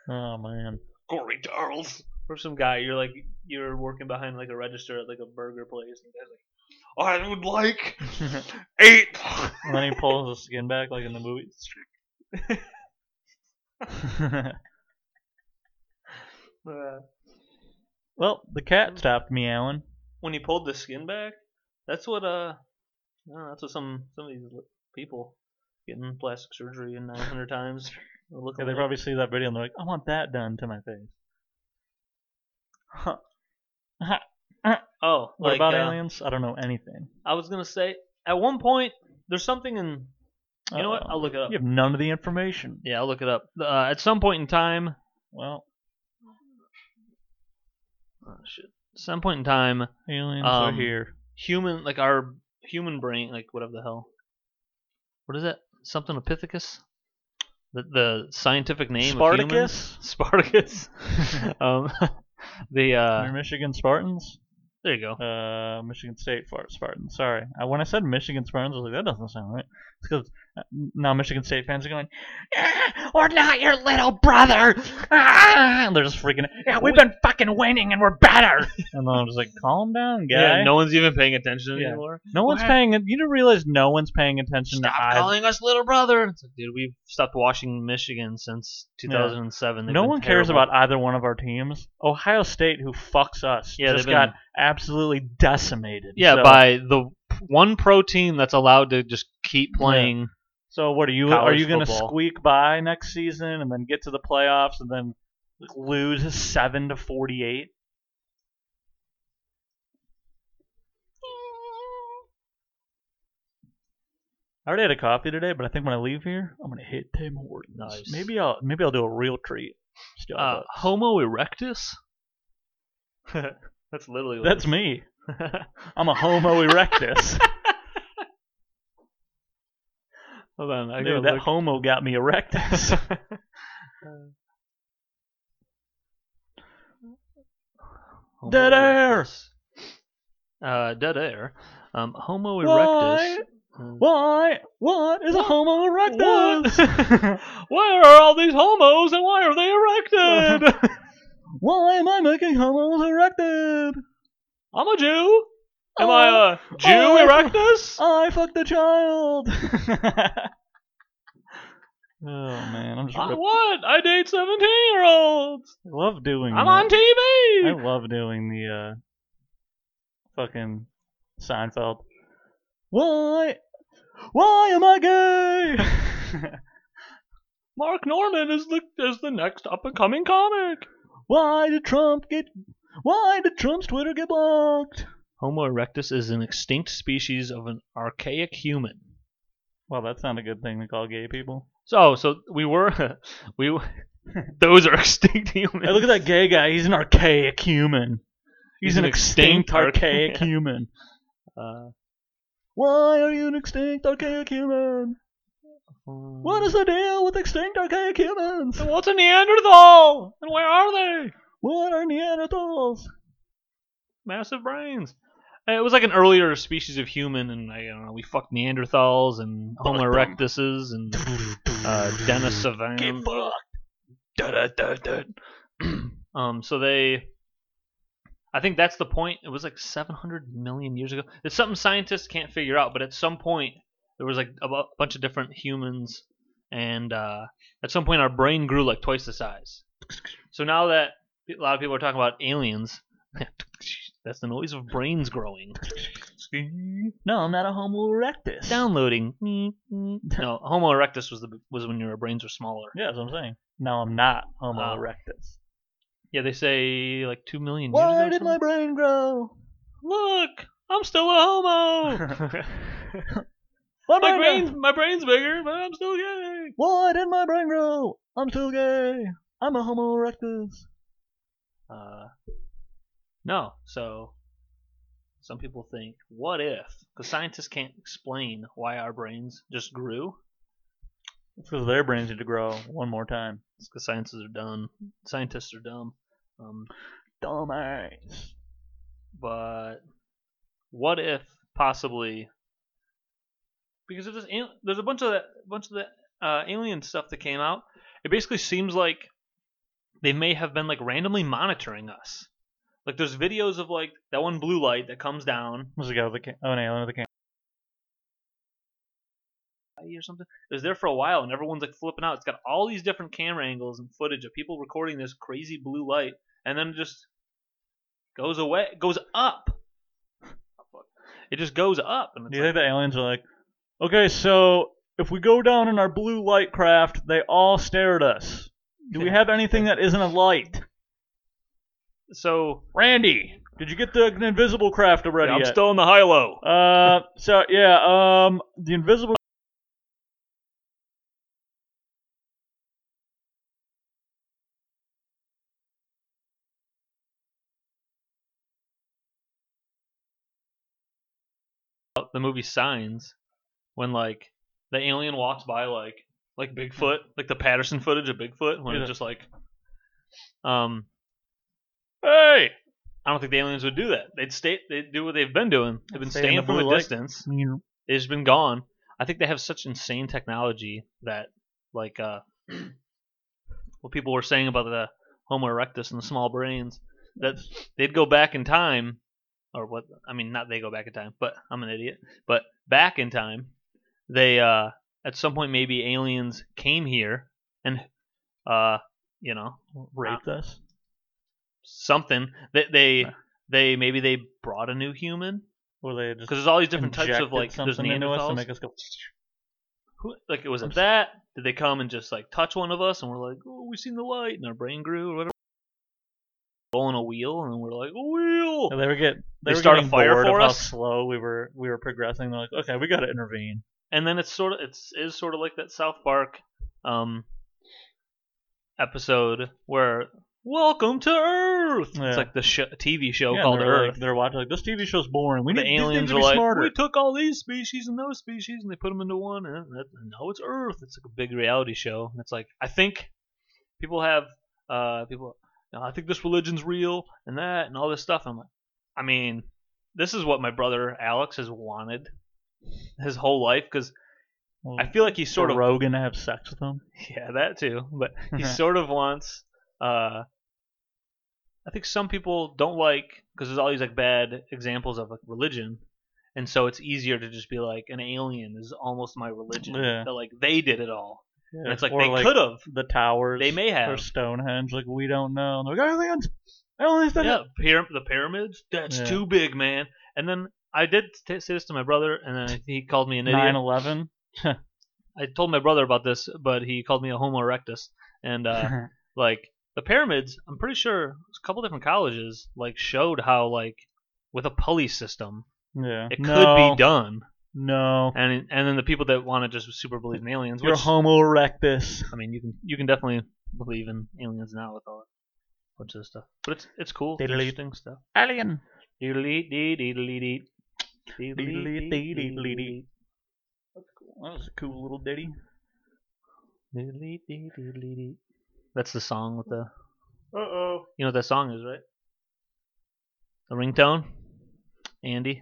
Oh man. Corey Charles. Or some guy, you're like you're working behind like a register at like a burger place, and the guy's like, I would like eight. And then he pulls the skin back like in the movies. Uh, well, the cat stopped meowing. when he pulled the skin back, that's what uh, I don't know, that's what some some of these people getting plastic surgery and 900 times. Look Yeah, they probably see that video and they're like, I want that done to my face. Oh, What like, about uh, aliens? I don't know anything. I was gonna say at one point there's something in. You know what? Uh-oh. I'll look it up. You have none of the information. Yeah, I'll look it up. Uh, at some point in time, Well, oh, shit. Some point in time, aliens are Um, here. human like our human brain, like whatever the hell. What is that? Something Epithecus? The, the scientific name of humans? Spartacus? Spartacus. um, the uh, They're Michigan Spartans? there you go. Uh, Michigan State Far- Spartans. Sorry, I, when I said Michigan Spartans, I was like, that doesn't sound right. It's because now Michigan State fans are going, "Ah, "We're not your little brother," Ah," and they're just freaking. Yeah, we've been fucking winning, and we're better. and then I'm just like, calm down, guy. Yeah, no one's even paying attention Yeah. anymore. No one's What? paying. You don't realize no one's paying attention Stop to eyes. calling us little brother. It's like, dude, we've stopped watching Michigan since 2007. They've No been one cares terrible. about either one of our teams. Ohio State, who fucks us, Yeah, just they've got been- absolutely decimated. Yeah, So- by the one pro team that's allowed to just keep playing. So what are you college are you going to football. squeak by next season and then get to the playoffs and then lose 7 to 48? I already had a coffee today, but I think when I leave here, I'm going to hit Tim Hortons. Nice. Maybe I'll maybe I'll do a real treat. Still, Uh, Homo erectus. that's literally what that's me. I'm a homo erectus. Hold on, I Dude, gotta that look. homo got me erectus. Homo Dead air! erectus. Uh, dead air. Um, Homo Why? erectus. Uh, Why? Mm. What is a homo erectus? Where are all these homos and why are they erected? Why am I making homos erected? I'm a Jew. Am Oh, I a Jew oh. erectus? I fucked a child. oh man, I'm just. I rip- what? I date 17 year olds. I love doing. I'm that. on I TV. love doing the uh, fucking Seinfeld. Why? Why am I gay? Mark Norman is the is the next up and coming comic. Why did Trump get? Why did Trump's Twitter get blocked? Homo erectus is an extinct species of an archaic human. Well, that's not a good thing to call gay people. So, so we were, we, were- those are extinct humans. Hey, look at that gay guy. He's an archaic human. He's, an, extinct, archaic archa- human. Uh, Why are you an extinct archaic human? What is the deal with extinct archaic humans? And what's a Neanderthal? And where are they? What are Neanderthals? Massive brains. Uh, It was like an earlier species of human, and I don't know. We fucked Neanderthals and Homo Fuck 'em. erectuses and uh, Denisovan. um, so they, I think that's the point. It was like 700 million years ago. It's something scientists can't figure out, but at some point there was like a bu- bunch of different humans, and uh, at some point our brain grew like twice the size. So now that a lot of people are talking about aliens, that's the noise of brains growing. No, I'm not a Homo erectus. Downloading. No, Homo erectus was the was when your brains were smaller. Yeah, that's what I'm saying. No, I'm not Homo Oh. erectus. Yeah, they say like two million years ago. Oh. Why or did my something. brain grow? Look, I'm still a Oh. homo. Why my brain's my brain's bigger, but I'm still gay. Why did my brain grow? I'm still gay. I'm a Homo erectus. Uh, no. So some people think, what if? Because scientists can't explain why our brains just grew. It's because their brains need to grow one more time. It's because sciences are done. Scientists are dumb. Um, Dumbass. but what if possibly? Because if there's al- there's a bunch of that bunch of the uh, alien stuff that came out, it basically seems like they may have been like randomly monitoring us. Like there's videos of like that one blue light that comes down What's the guy with the can- oh, an alien with a can? or something. It was there for a while, and everyone's like flipping out. It's got all these different camera angles and footage of people recording this crazy blue light, and then it just goes away, goes up. It just goes up, and it's Do you like, think the aliens are like, Okay, so if we go down in our blue light craft, they all stare at us. Do we have anything that isn't a light? So Randy, Did you get the invisible craft already? I'm yet? still in the high low. Uh, so yeah, um, the invisible. the movie Signs, when like the alien walks by like like Bigfoot, like the Patterson footage of Bigfoot, when Yeah. it's just like, um, Hey, I don't think the aliens would do that. They'd stay, they'd do what they've been doing. They've been Stay in staying the from blue a light. distance. It's been gone. I think they have such insane technology that like uh, what people were saying about the Homo erectus and the small brains that they'd go back in time, or what? I mean, not they go back in time, but I'm an idiot. But back in time, they uh, at some point maybe aliens came here and uh, you know Raped us. something that they Yeah. they maybe they brought a new human Or they just because there's all these different types of injected like there's something into us to Neanderthals. make us go. Who, like it was I'm it s- that? Did they come and just like touch one of us and we're like, oh, we seen the light and our brain grew or whatever. Rolling a wheel and we're like, wheel. And they were get they, They were start a getting fire bored for of us? How slow we were we were progressing. They're like, okay, we got to intervene. and then it's sort of it's is sort of like that South Park um episode where Welcome to Earth. Yeah. It's like the sh- TV show Yeah, and called they're Earth. like, they're watching like this TV show's boring. We the need these things aliens to are be like, smarter. we took all these species and those species and they put them into one, and, that, and now it's Earth. It's like a big reality show. And it's like I think people have uh, people. "No, I think this religion's real and that and all this stuff. I'm like, I mean, this is what my brother Alex has wanted his whole life because Well, I feel like he's sort for of Rogan to have sex with them. yeah, that too. But he Uh-huh. sort of wants. Uh, I think some people don't like because there's all these like bad examples of like religion, and so it's easier to just be like an alien is almost my religion. Yeah. That like they did it all, and it's like or they could have. the towers. They may or have. Stonehenge. Like we don't know. And they're like aliens. Aliens. did it." Yeah, pyram- the pyramids. That's Yeah. too big, man. And then I did t- say this to my brother, and then he called me an idiot. 9/11. I told my brother about this, but he called me a Homo erectus, and. Uh, like the pyramids i'm pretty sure a couple different colleges like showed how like with a pulley system yeah. it no, could be done No. and and then the people that want to just super believe in aliens You're which Homo erectus. i mean you can you can definitely believe in aliens now with all a bunch of this stuff but it's it's cool Diddly. interesting stuff Alien. Diddly dee diddly dee. Diddly Diddly dee dee diddly dee. dee. That was a cool little ditty. Diddly dee diddly dee. that's the song with the Uh oh. You know what that song is, right? The ringtone? Andy?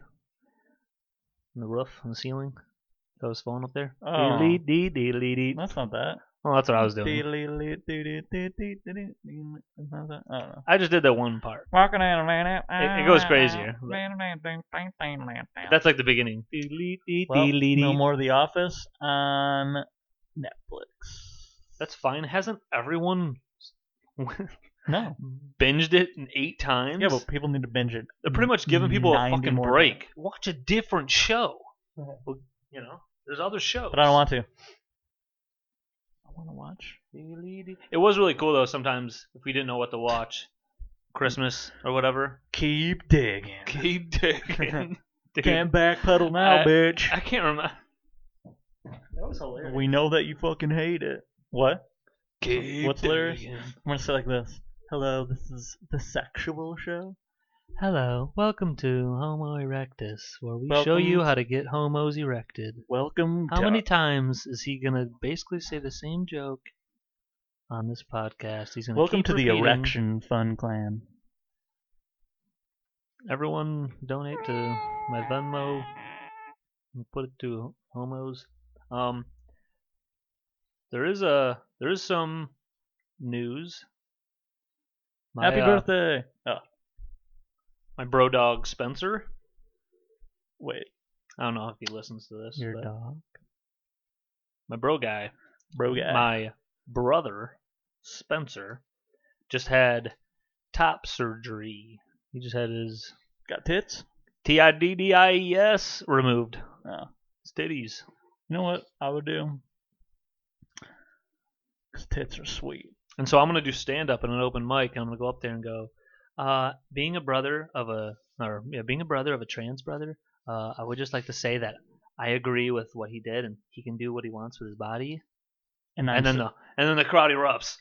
On the roof, on the ceiling? Got his phone up there? Oh. Diddly dee diddly dee. That's not that. Well, that's what I was doing. It, I just did that one part. it it goes crazier, That's like the beginning. Diddly dee well, diddly no dee. more The Office on Netflix. That's fine. Hasn't everyone no. binged it in eight times? Yeah, but people need to binge it. They're pretty much giving people a 90 fucking more break. times. Watch a different show. Well, you know, there's other shows. But I don't want to. I want to watch. It was really cool though. Sometimes if we didn't know what to watch, Christmas or whatever, Keep digging. keep digging. Dude, Can't backpedal now, I- bitch. I can't remember. That was hilarious. we know that you fucking hate it. What? what's hilarious? digging. I'm gonna say it like this. Hello, this is the sexual show. Hello, welcome to Homo erectus, where we show you how to get homos erected. welcome. How to many times is he gonna basically say the same joke on this podcast? He's gonna welcome keep to the repeating, Erection Fun Clan. Everyone donate to my Venmo. and Put it to homos. Um, there is a there is some news. My, Happy uh, birthday! Oh my bro dog Spencer. wait, I don't know if he listens to this. your but dog, My bro guy, bro guy. my brother Spencer, just had top surgery. He just had his Got tits? T I D D I E S removed. Oh. His titties. You know what I would do? 'Cause tits are sweet. And so I'm gonna do stand up in an open mic, and I'm gonna go up there and go, uh, being a brother of a, or yeah, being a brother of a trans brother, uh, I would just like to say that I agree with what he did, and he can do what he wants with his body. And, I'm And then so- the, and then the crowd erupts.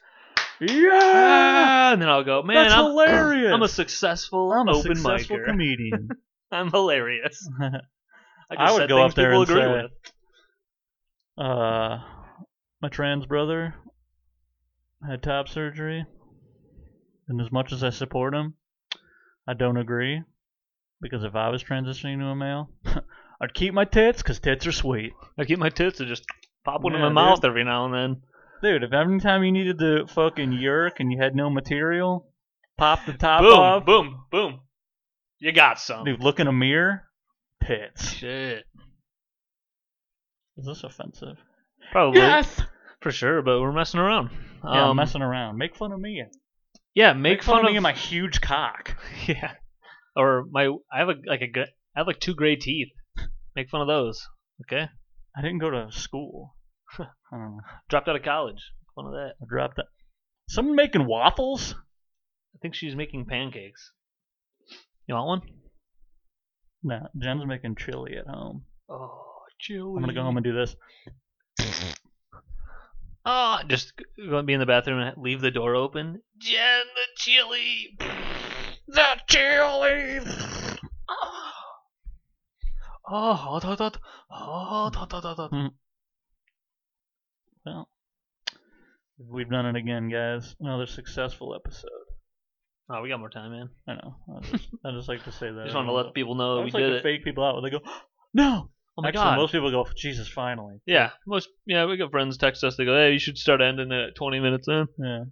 yeah, Ah, and then I'll go, man, that's I'm, hilarious. I'm a successful I'm a open successful micer. comedian. I'm hilarious. I, I just would said go things up there people and agree say- with. uh, my trans brother had top surgery, and as much as I support him, I don't agree because if I was transitioning to a male, I'd keep my tits because tits are sweet, I keep my tits and just pop one in Yeah, my dude. mouth every now and then. dude. If every time you needed to fucking yerk and you had no material, pop the top boom, off, boom, boom. You got some. dude. Look in a mirror, tits. Shit. Is this offensive? Probably. For sure, but we're messing around. Yeah, I'm Um, messing around. Make fun of me. yeah, make, fun, of me and my huge cock. yeah. Or my I have a like a gr- I have like two gray teeth. Make fun of those. Okay? I didn't go to school. I don't know. Dropped out of college. Make fun of that. I dropped that. Someone making waffles? I think she's making pancakes. You want one? No, Jen's making chili at home. Oh, chili. I'm gonna go home and do this. Oh, just g- go and be in the bathroom and leave the door open. Jen, the chili. The chili. Oh, hot, hot, hot. Hot, hot, hot, hot, hot. We've done it again, guys. Another successful episode. Oh, we got more time, man. I know. I just, I just like to say Uh, that. I just want to let people know I that we just like did to it. fake people out. where They go, no. Oh my Actually, god. most people go, Jesus, finally. yeah, most yeah, we got friends text us. They go, "Hey, you should start ending it at 20 minutes in." Yeah.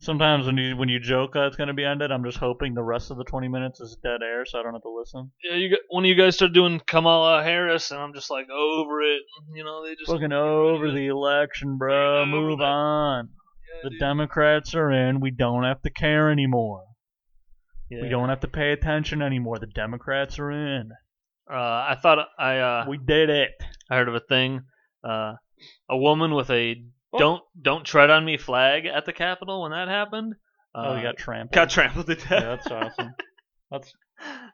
Sometimes when you when you joke uh, it's gonna be ended, I'm just hoping the rest of the 20 minutes is dead air, so I don't have to listen. Yeah, you got, one of you guys started doing Kamala Harris, and I'm just like over it. You know, they just Fucking over the election, bro. Yeah, over Move that. on. yeah, The dude. Democrats are in. We don't have to care anymore. Yeah. We don't have to pay attention anymore. The Democrats are in. Uh, I thought I uh, We did it. I heard of a thing, uh, a woman with a Oh. "Don't Don't Tread on Me" flag at the Capitol when that happened. Uh, oh, we got trampled. got trampled to yeah, death. that's awesome. That's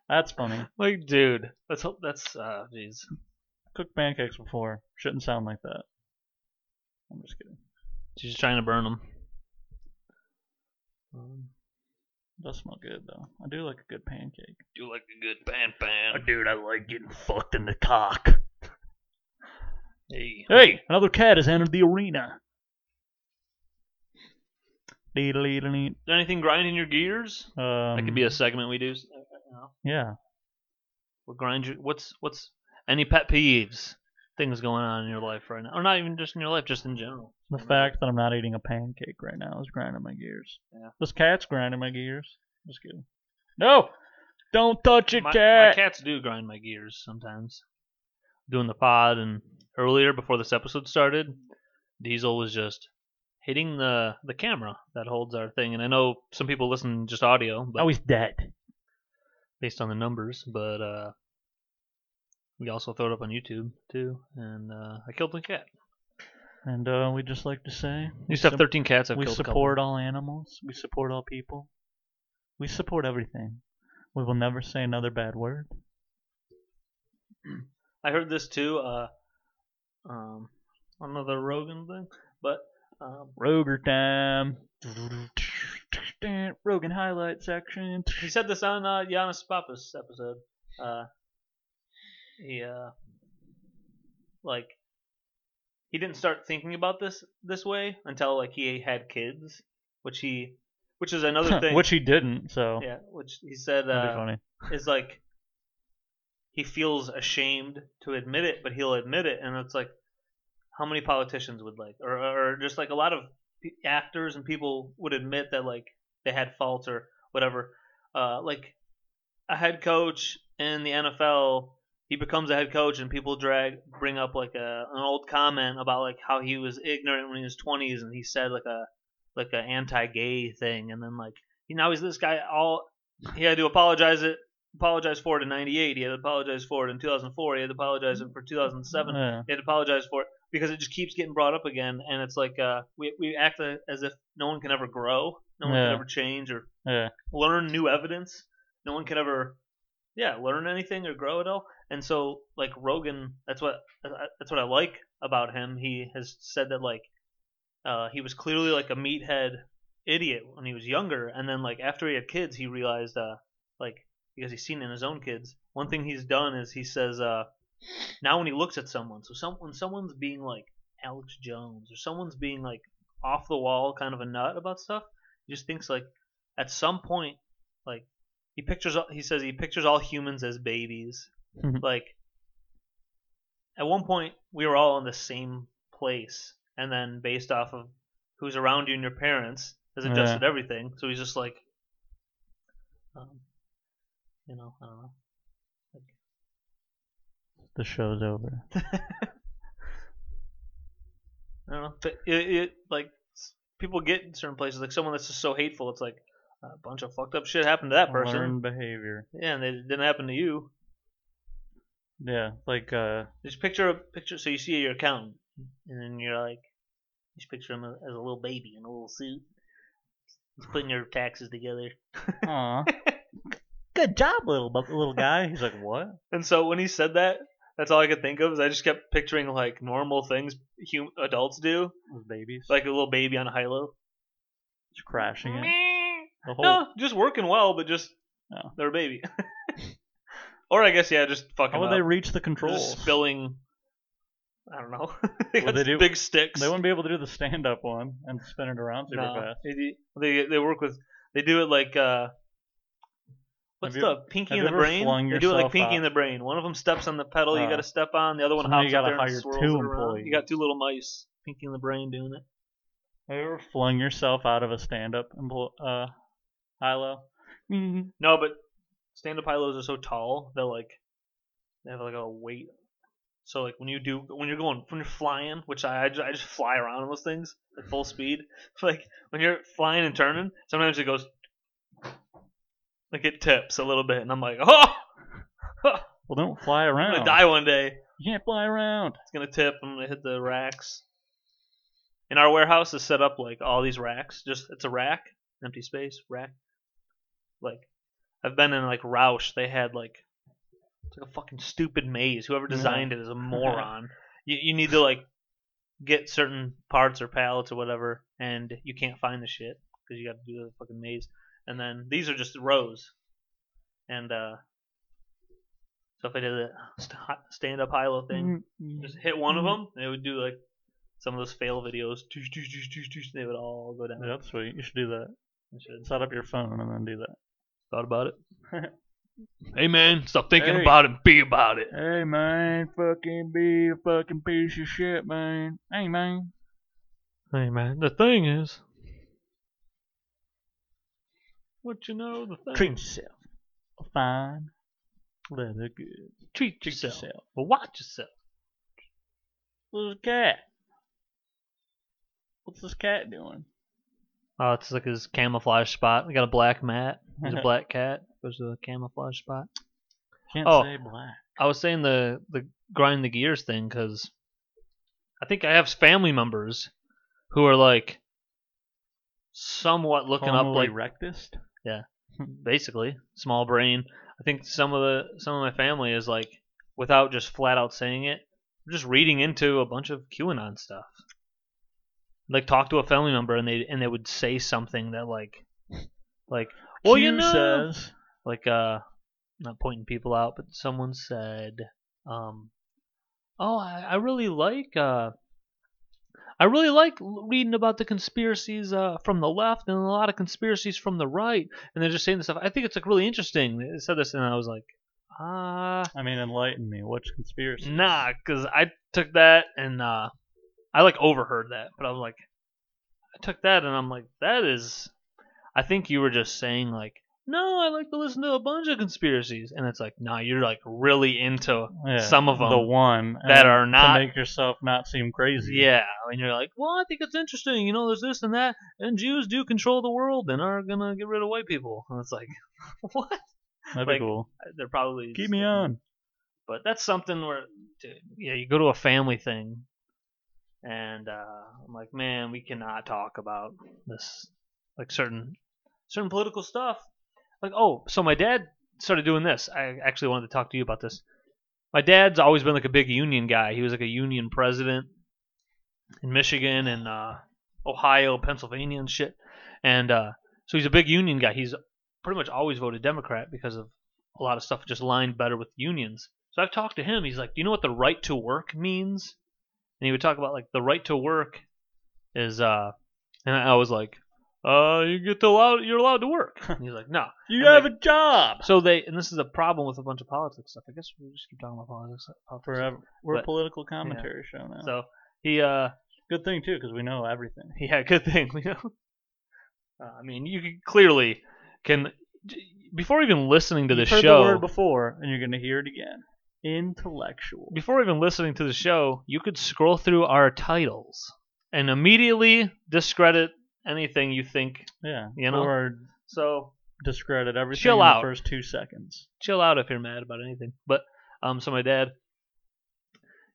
that's funny. like, dude, that's ho- that's uh, jeez. Cooked pancakes before. Shouldn't sound like that. I'm just kidding. She's trying to burn them. Um, It does smell good though. I do like a good pancake. do like a good pan pan. dude, I like getting fucked in the cock. Hey. Hey, another cat has entered the arena. Dee-dee-dee-dee. Is there anything grinding your gears? Um, that could be a segment we do. uh, yeah. What grind your, what's what's any pet peeves? Things going on in your life right now, or not even just in your life, just in general. The fact that I'm not eating a pancake right now is grinding my gears. Yeah. This cat's grinding my gears. Just kidding. No! Don't touch it, my, my cat! cats do grind my gears sometimes. Doing the pod and earlier before this episode started, Diesel was just hitting the the camera that holds our thing, and I know some people listen just audio, but oh, he's dead. based on the numbers, but uh, we also throw it up on YouTube too, and uh, I killed the cat. And uh, we just like to say We used to have sup- 13 cats. I've we killed a couple. support all animals, we support all people, we support everything. We will never say another bad word. I heard this too. Uh, um, another Rogan thing, but um, Roger time. Rogan highlight section. he said this on uh, Giannis Papas episode. Uh, he uh, like he didn't start thinking about this this way until like he had kids, which he, which is another thing. Which he didn't, so yeah, which he said that'd be uh, funny. is like he feels ashamed to admit it, but he'll admit it, and it's like how many politicians would like, or or just like a lot of p- actors and people would admit that like they had faults or whatever. Uh, like a head coach in the NFL, he becomes a head coach, and people drag bring up like a an old comment about like how he was ignorant when he was twenties, and he said like a like a anti-gay thing, and then like now he's this guy all he had to apologize it apologized for it in '98. He had to apologize for it in 2004. He had to apologize for 2007. Yeah. He had to apologize for it because it just keeps getting brought up again, and it's like uh, we we act a- as if no one can ever grow, no one Yeah. can ever change or yeah. learn new evidence. No one can ever, yeah, learn anything or grow at all. And so, like Rogan, that's what that's what I like about him. He has said that like uh, he was clearly like a meathead idiot when he was younger, and then like after he had kids, he realized uh, like because he's seen it in his own kids. One thing he's done is he says uh, now when he looks at someone, so some when someone's being like Alex Jones or someone's being like off the wall kind of a nut about stuff, he just thinks like at some point, like he pictures, he says he pictures all humans as babies. Mhm. like at one point, we were all in the same place, and then based off of who's around you and your parents, has Yeah. adjusted everything. So he's just like, um, you know, I don't know. The show's over. I don't know. But it, it like s- people get in certain places, like someone that's just so hateful. It's like a bunch of fucked up shit happened to that person. Learned behavior. Yeah, and it didn't happen to you. Yeah, like uh, Just picture a picture. So you see your accountant, and then you're like, you just picture him as a little baby in a little suit. He's putting your taxes together. aw. Good job, little bu- little guy. He's like, what? And so when he said that, that's all I could think of. Is I just kept picturing like normal things hum- adults do, Those babies like a little baby on high low. just crashing it. The whole No, just working well, but just Oh. they're a baby. or I guess yeah, just fucking. how would up. they reach the They're controls? just spilling. I don't know. they Well, got they do- big sticks. They wouldn't be able to do the stand up one and spin it around super No, fast. they do- they they work with they do it like uh, what's Have you- the Pinky have in you the ever Brain? flung They do it like yourself Pinky in out? the Brain. One of them steps on the pedal you Uh, got to step on. The other one so now you hops up gotta there and hire swirls two it around. You employees. got two little mice, Pinky in the Brain, doing it. Have you ever flung yourself out of a stand up uh, high low? Mm, No, but stand-up hilos are so tall that like they have like a weight. So like when you do when you're going when you're flying, which I I ju- I just, fly around on those things at full speed. Like when you're flying and turning, sometimes it goes like it tips a little bit, and I'm like, oh, Well, don't fly I'm around. gonna die one day. You can't fly around. It's gonna tip. I'm gonna hit the racks. And our warehouse is set up like all these racks. Just it's a rack, empty space, rack. Like I've been in like Roush. They had like it's like a fucking stupid maze. Whoever designed it is a moron. you you need to like get certain parts or pallets or whatever, and you can't find the shit because you got to do the fucking maze. And then these are just rows. And uh so if I did a stand up high low thing, Mm-hmm. just hit one of them, and it would do like some of those fail videos. Toosh, toosh, toosh, toosh, toosh, and they would all go down. Yeah, that's sweet. You should do that. I should Set up your phone and then do that. thought about it. hey man, stop thinking Hey. about it, be about it. Hey man, fucking be a fucking piece of shit, man. Hey man. Hey man, the thing is, what you know, the thing. Treat yourself. Fine. Leather goods. treat Treat yourself, yourself. but watch yourself. What's this cat? What's this cat doing? Oh, it's like his camouflage spot. We got a black mat. He's a black cat. Goes to the camouflage spot. Can't Oh. say black. I was saying the the grind the gears thing because I think I have family members who are like somewhat looking up Homo like erectus? basically small brain. I think some of the some of my family is like without just flat out saying it, just reading into a bunch of QAnon stuff. Like talk to a family member and they and they would say something that like like well you Q know says like uh not pointing people out but someone said um oh i, I really like uh I really like l- reading about the conspiracies uh, from the left and a lot of conspiracies from the right, and they're just saying this stuff. I think it's like really interesting. They said this, and I was like, ah, I mean enlighten me, what's conspiracy? Nah, because I took that and uh, I like overheard that, but I was like, I took that and I'm like, that is. I think you were just saying like, no, I like to listen to a bunch of conspiracies, and it's like, nah, you're like really into. Yeah, Some of 'em the one that and are not- Uh, to make yourself not seem crazy. Yeah, and you're like, well, I think it's interesting. You know, there's this and that, and Jews do control the world and are gonna get rid of white people. And it's like, what? That'd be Like, cool. They're probably Keep me on. but that's something where dude, yeah you go to a family thing and uh, i'm like man we cannot talk about this like certain certain political stuff like oh so my dad started doing this i actually wanted to talk to you about this my dad's always been like a big union guy he was like a union president in michigan and uh, ohio pennsylvania and shit and uh, so he's a big union guy he's pretty much always voted democrat because of a lot of stuff just lined better with unions. So I've talked to him. He's like, "Do you know what the right to work means?" And he would talk about like the right to work is, uh, and I was like, "Uh, you get to allow you're allowed to work." And he's like, "No." You And, like- have a job So they, and this is a problem with a bunch of politics stuff. I guess we just keep talking about politics. politics. forever. We're a But- political commentary show now. So he, uh, Good thing too, because we know everything. Yeah, good thing. You know? uh, I mean, you can- clearly can before even listening to the You've heard show. the word before, and you're gonna hear it again. Intellectual. before even listening to the show, you could scroll through our titles and immediately discredit anything you think. Yeah. You know? Or So discredit everything Chill in out. the first two seconds. chill out if you're mad about anything. But um, so my dad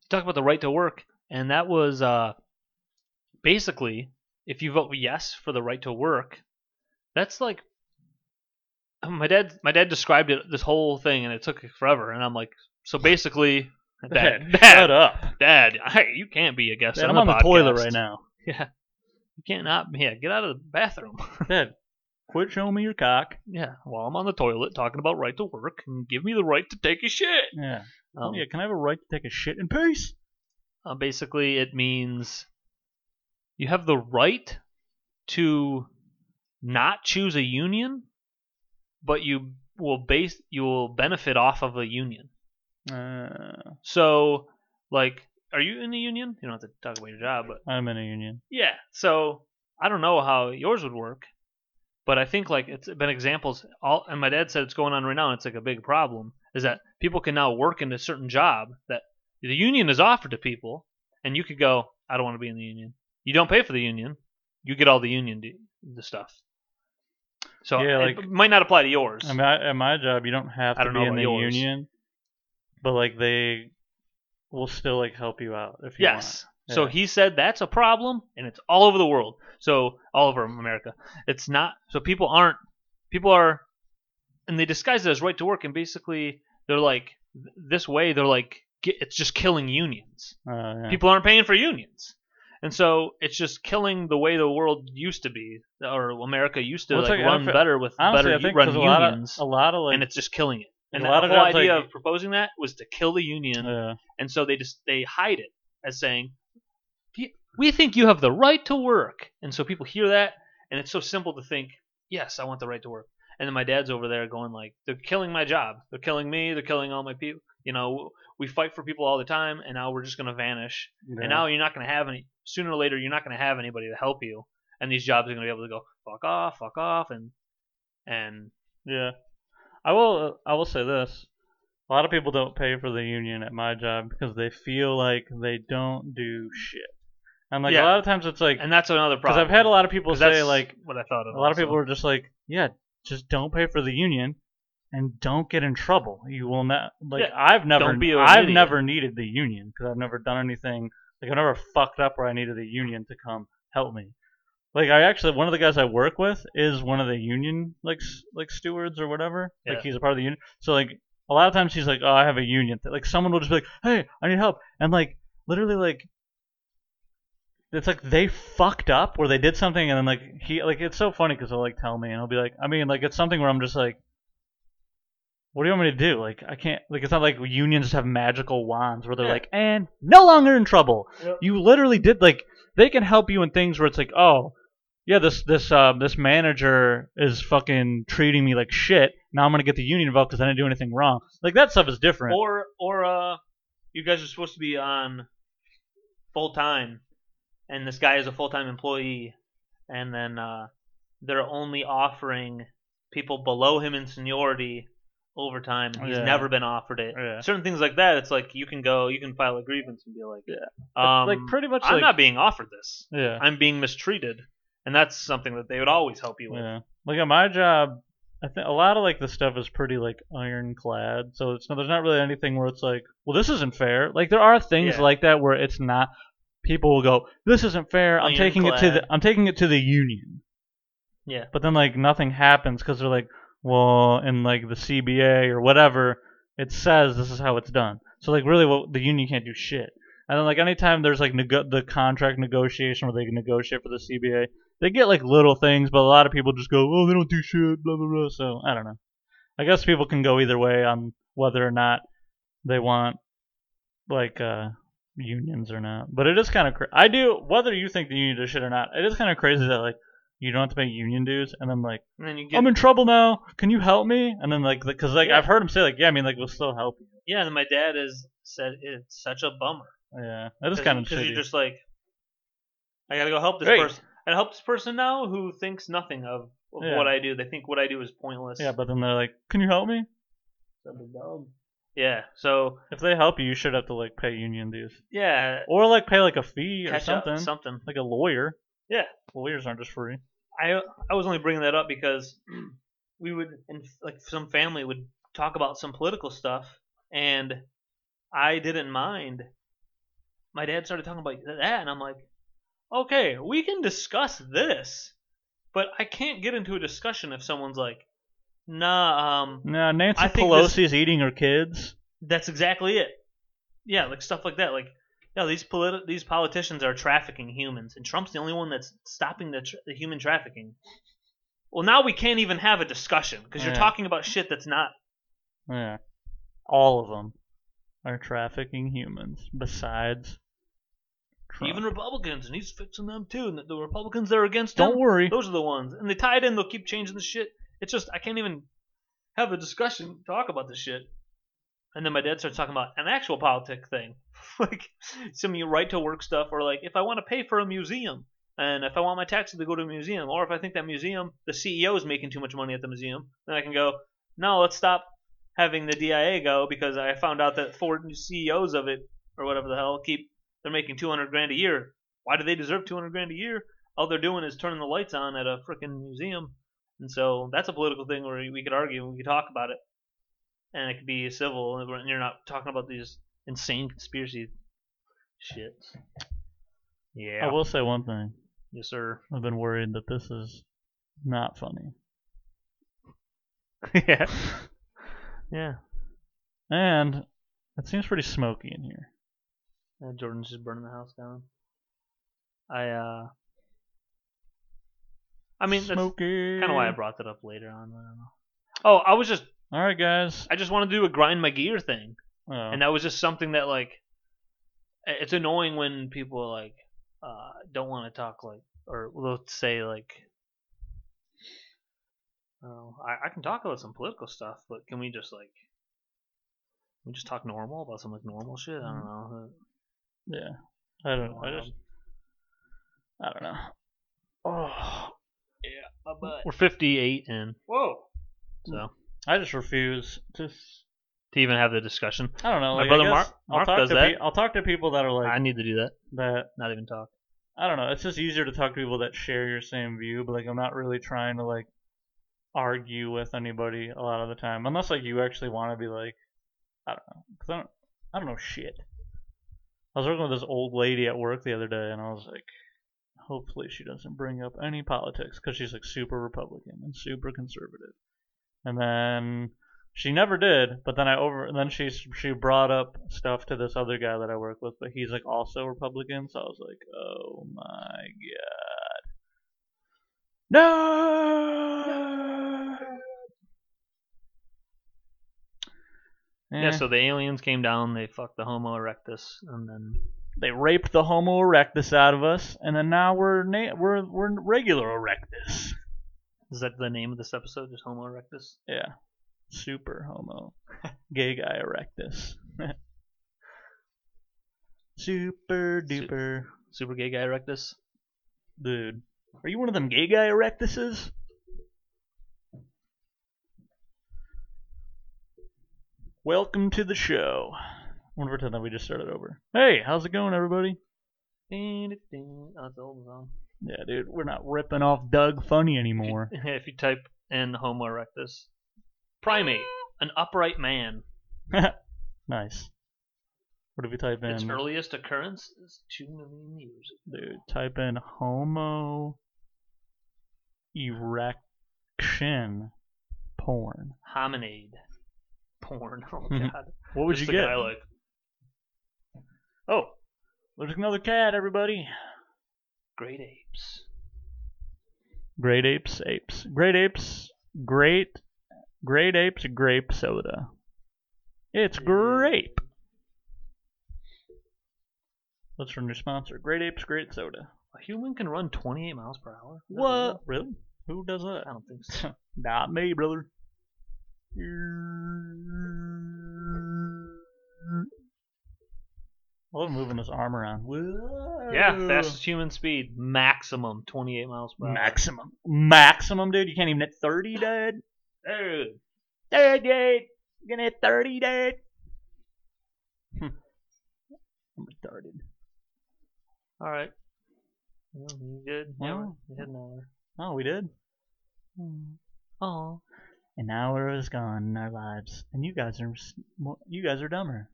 talked about the right to work, and that was uh, basically if you vote yes for the right to work, that's like um, my dad. My dad described it this whole thing, and it took forever. And I'm like, so basically, dad, Shut dad, up. dad, hey, you can't be a guest. Dad, I'm the on the toilet podcast. right now. You can't not. Yeah, get out of the bathroom. Dad, quit showing me your cock. yeah, while I'm on the toilet talking about right to work, and give me the right to take a shit. Yeah. Oh, Um, yeah. Can I have a right to take a shit in peace? Uh, basically, it means you have the right to not choose a union, but you will base you will benefit off of a union. Uh, So, like, are you in a union? You don't have to talk about your job, but I'm in a union. yeah. So I don't know how yours would work, but I think like it's been examples. All and my dad said it's going on right now, and it's like a big problem. Is that people can now work in a certain job that the union is offered to people, and you could go, I don't want to be in the union. You don't pay for the union, you get all the union d- the stuff. So Yeah, it like- might not apply to yours. I mean, I, at my job, you don't have I to don't be know in about the yours. union, but like they will still like help you out if you Yes. want. So Yeah. he said that's a problem, and it's all over the world. So all over America, it's not. So people aren't. People are, and they disguise it as right to work, and basically they're like th- this way. They're like "Get- it's just killing unions. want. Uh, yeah. People aren't paying for unions, and so it's just killing the way the world used to be, or America used to Well, it's like, like- I run fe- better with Honestly, better I think run 'cause a lot of unions, a lot of like and it's just killing it. And a the lot whole of jobs, idea like- of proposing that was to kill the union yeah. and so they just they hide it as saying "Pe- we think you have the right to work and so people hear that and it's so simple to think yes i want the right to work and then my dad's over there going like they're killing my job they're killing me they're killing all my people you know we fight for people all the time and now we're just going to vanish yeah. and now you're not going to have any sooner or later you're not going to have anybody to help you and these jobs are going to be able to go fuck off fuck off and and Yeah, I will. I will say this: a lot of people don't pay for the union at my job because they feel like they don't do shit. And like Yeah. a lot of times, it's like and that's another because problem I've had a lot of people 'Cause that's say like what i thought of a lot of also. people are just like, yeah, just don't pay for the union and don't get in trouble. You will not like Yeah, I've never don't be an I've idiot. never needed the union because I've never done anything like I've never fucked up where I needed the union to come help me. Like I actually one of the guys I work with is one of the union like s- like stewards or whatever. Yeah. Like he's a part of the union. So like a lot of times he's like, "Oh, I have a union." thing." Like someone will just be like, "Hey, I need help," and like literally like it's like they fucked up or they did something, and then like he like it's so funny because he'll like tell me, and I'll be like, I mean, like it's something where I'm just like, "What do you want me to do?" Like I can't like it's not like unions have magical wands where they're Yeah. like, "And no longer in trouble." Yep. You literally did like they can help you in things where it's like, "Oh, yeah, this this uh, this manager is fucking treating me like shit. Now I'm gonna get the union involved because I didn't do anything wrong. Like that stuff is different. Or or uh, you guys are supposed to be on full time, and this guy is a full time employee, and then uh, they're only offering people below him in seniority overtime. He's Yeah. never been offered it. Yeah. Certain things like that. It's like you can go, you can file a grievance and be like, Yeah. um, like pretty much. I'm like, not being offered this. Yeah. I'm being mistreated, and that's something that they would always help you with. yeah. Like at my job, I think a lot of like the stuff is pretty like ironclad, so it's there's not really anything where it's like, well, this isn't fair. Like there are things Yeah. like that where it's not. People will go, this isn't fair. I'm taking it to Ironclad. the I'm taking it to the union. Yeah. But then like nothing happens because they're like, well, in like the CBA or whatever, it says this is how it's done. So like really, what the union can't do shit. And then like anytime there's like nego- the contract negotiation where they can negotiate for the CBA, they get like little things, but a lot of people just go, oh, they don't do shit, blah blah blah. So I don't know. I guess people can go either way on whether or not they want like uh unions or not. But it is kind of cra- I do whether you think the union does shit or not. It is kind of crazy that like you don't have to pay union dues, and then like And then you get I'm in trouble now. Can you help me? And then like because like Yeah. I've heard him say like yeah, I mean like we'll still help you. yeah. And my dad has said it's such a bummer. Yeah, that is Cause- kind of cause shitty. you're just like, I gotta go help this Hey. person. I help this person now who thinks nothing of, of Yeah. what I do. They think what I do is pointless. yeah, but then they're like, can you help me? yeah. So If they help you, you should have to like pay union dues yeah, or like pay like a fee or catch up, something, something. like a lawyer. Yeah. lawyers aren't just free. I I was only bringing that up because we would and like some family would talk about some political stuff, and I didn't mind. My dad started talking about that, and I'm like, okay, we can discuss this, but I can't get into a discussion if someone's like, nah, um, No, Nancy I think Pelosi's eating her kids. that's exactly it. Yeah, like stuff like that. Like, no, these politi- these politicians are trafficking humans, and Trump's the only one that's stopping the, tr the human trafficking. Well, now we can't even have a discussion because you're Yeah. talking about shit that's not. Yeah, all of them are trafficking humans. Besides, Trump. Even Republicans, and he's fixing them too. And the, the Republicans that are against don't him, worry. those are the ones. And they tie it in. They'll keep changing the shit. It's just I can't even have a discussion, talk about this shit. And then my dad starts talking about an actual politic thing, like some you right to work stuff, or like if I want to pay for a museum, and if I want my taxes to go to a museum, or if I think that museum, the CEO is making too much money at the museum, then I can go, no, let's stop having the DIA go because I found out that four CEOs of it or whatever the hell keep they're making 200 grand a year. Why do they deserve 200 grand a year? all they're doing is turning the lights on at a freaking museum. And so that's a political thing where we could argue and we could talk about it. And it could be civil, and we're- and you're not talking about these insane conspiracy shit. I Yeah. will say one thing. Oh, Yes, sir. I've been worried that this is not funny. yeah. Yeah. And it seems pretty smoky in here. Uh, Jordan's just burning the house down. I, uh. I mean, that's kind smoky. of why I brought that up later on. I don't know. Oh, I was just. All right, guys. I just wanted to do a grind my gear thing. Oh. and that was just something that like i- it's annoying when people are like uh don't want to talk like or they'll say like oh I, I can talk about some political stuff but can we just like we just talk normal about some like normal shit i don't Mm-hmm. know yeah. I don't know. I just. I don't know. oh yeah my butt we're 58 in whoa so I just refuse to. s- to even have the discussion I don't know. My Like, brother I guess Mark- Mark I'll talk does to that. Pe- I'll talk to people that are like i need to do that that. not even talk I don't know. It's just easier to talk to people that share your same view, but like I'm not really trying to like argue with anybody a lot of the time, unless like you actually want to be like, I don't know, 'Cause I don't, I don't know shit. I was working with this old lady at work the other day, and I was like, hopefully she doesn't bring up any politics because she's like super Republican and super conservative, and then. She never did, but then I over then she she brought up stuff to this other guy that I work with, but he's like also Republican, so I was like, oh my god, no. Eh, yeah so the aliens came down they fucked the homo erectus and then they raped the Homo erectus out of us, and then now we're na- we're we're regular erectus. is that the name of this episode just homo erectus Yeah, super homo, gay guy erectus. super duper. Super Gay Guy Erectus. Dude, are you one of them gay guy erectuses? Welcome to the show. One more time that we just started over. Hey, how's it going, everybody? Dun, dun, dun. Oh, it's an old song. Yeah, dude, we're not ripping off Doug Funny anymore. If you type in Homo erectus. Primate, an upright man. Nice. What if you type in? Its earliest occurrence is two million years. Dude, type in Homo erection porn. Hominid, porn. Oh Mhm. God. What would you Just the get? guy, like, Oh, there's another cat, everybody. great apes. Great apes, apes. Great apes, great, great apes, grape soda. It's grape. That's from your sponsor, Great Apes, Great Soda. A human can run 28 miles per hour. Is that What? Really? Who does that? real? I don't think so. Not me, brother. I love moving this arm around. Whoa. yeah, fastest human speed, maximum 28 miles per hour. Maximum. Maximum, dude. You can't even hit 30, dude. Dude, 30, dude. You can hit 30, dude. Hmm. I'm retarded. all right. Yeah, you good? Yeah, we're- Well. we hit an hour. Oh, we did? Oh, An hour is gone in our lives, and you guys are s- mo- you guys are dumber.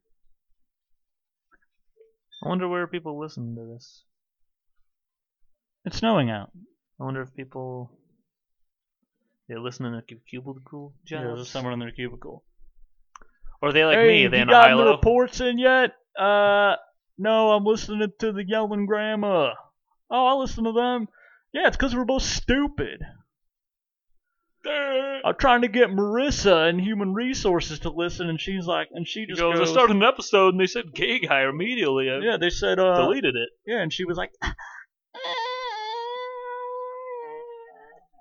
I wonder where people listen to this. It's snowing out. I wonder if people they listen in a cu- cubicle Yeah, jobs, there's someone in their cubicle. or they like hey, me. have They you in a high gotten the low. reports in yet? Uh, no, I'm listening to the yelling grandma. Oh, I listen to them. Yeah, it's because we're both stupid. I'm trying to get Marissa and Human Resources to listen, and she's like, and she He just goes, goes, I started an episode and they said gig hire immediately. I yeah, they said, uh, deleted it. yeah, and she was like,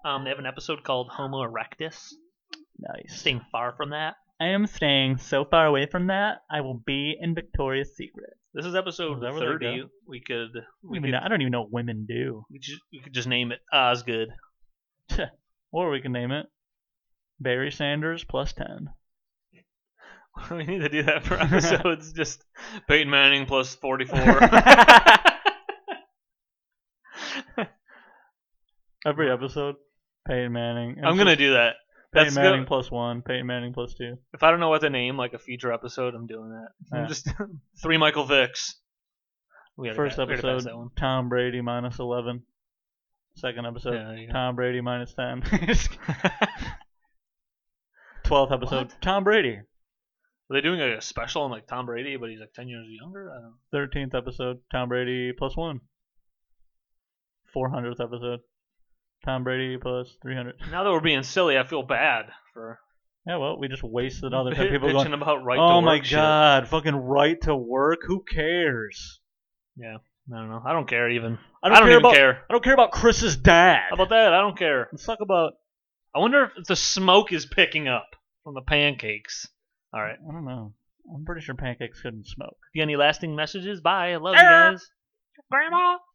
Um, they have an episode called Homo erectus. nice. Staying far from that. I am staying so far away from that, I will be in Victoria's Secret. This is episode Is that where they thirty. We could we Even could, though- I don't even know what women do. we, ju- we could just name it Osgood. Or we can name it Barry Sanders plus 10. we need to do that for episodes. just Peyton Manning plus forty four. Every episode, Peyton Manning. I'm gonna do that. Peyton That's good. Manning plus one, Peyton Manning plus two. If I don't know what to name, like a future episode, I'm doing that. I'm Yeah. just three Michael Vicks. We gotta First pa- we gotta pass episode, that one. Tom Brady minus 11. Second episode, Yeah, there you go. Tom Brady minus 10. 12th episode, Tom Brady. Are they doing a special on like Tom Brady, but he's like ten years younger? I don't know. 13th episode, Tom Brady plus one. 400th episode, Tom Brady plus 300. Now that we're being silly, I feel bad for Yeah, well, we just wasted all the time. bitching People going, about right. oh to my work shit. god, fucking right to work. Who cares? I don't know. I don't care even. I don't, care even about. care. I don't care about Chris's dad. How about that? I don't care. Let's talk about. I wonder if the smoke is picking up from the pancakes. All right. I don't know. I'm pretty sure pancakes couldn't smoke. You got any lasting messages? Bye. I love you Err. guys. Grandma.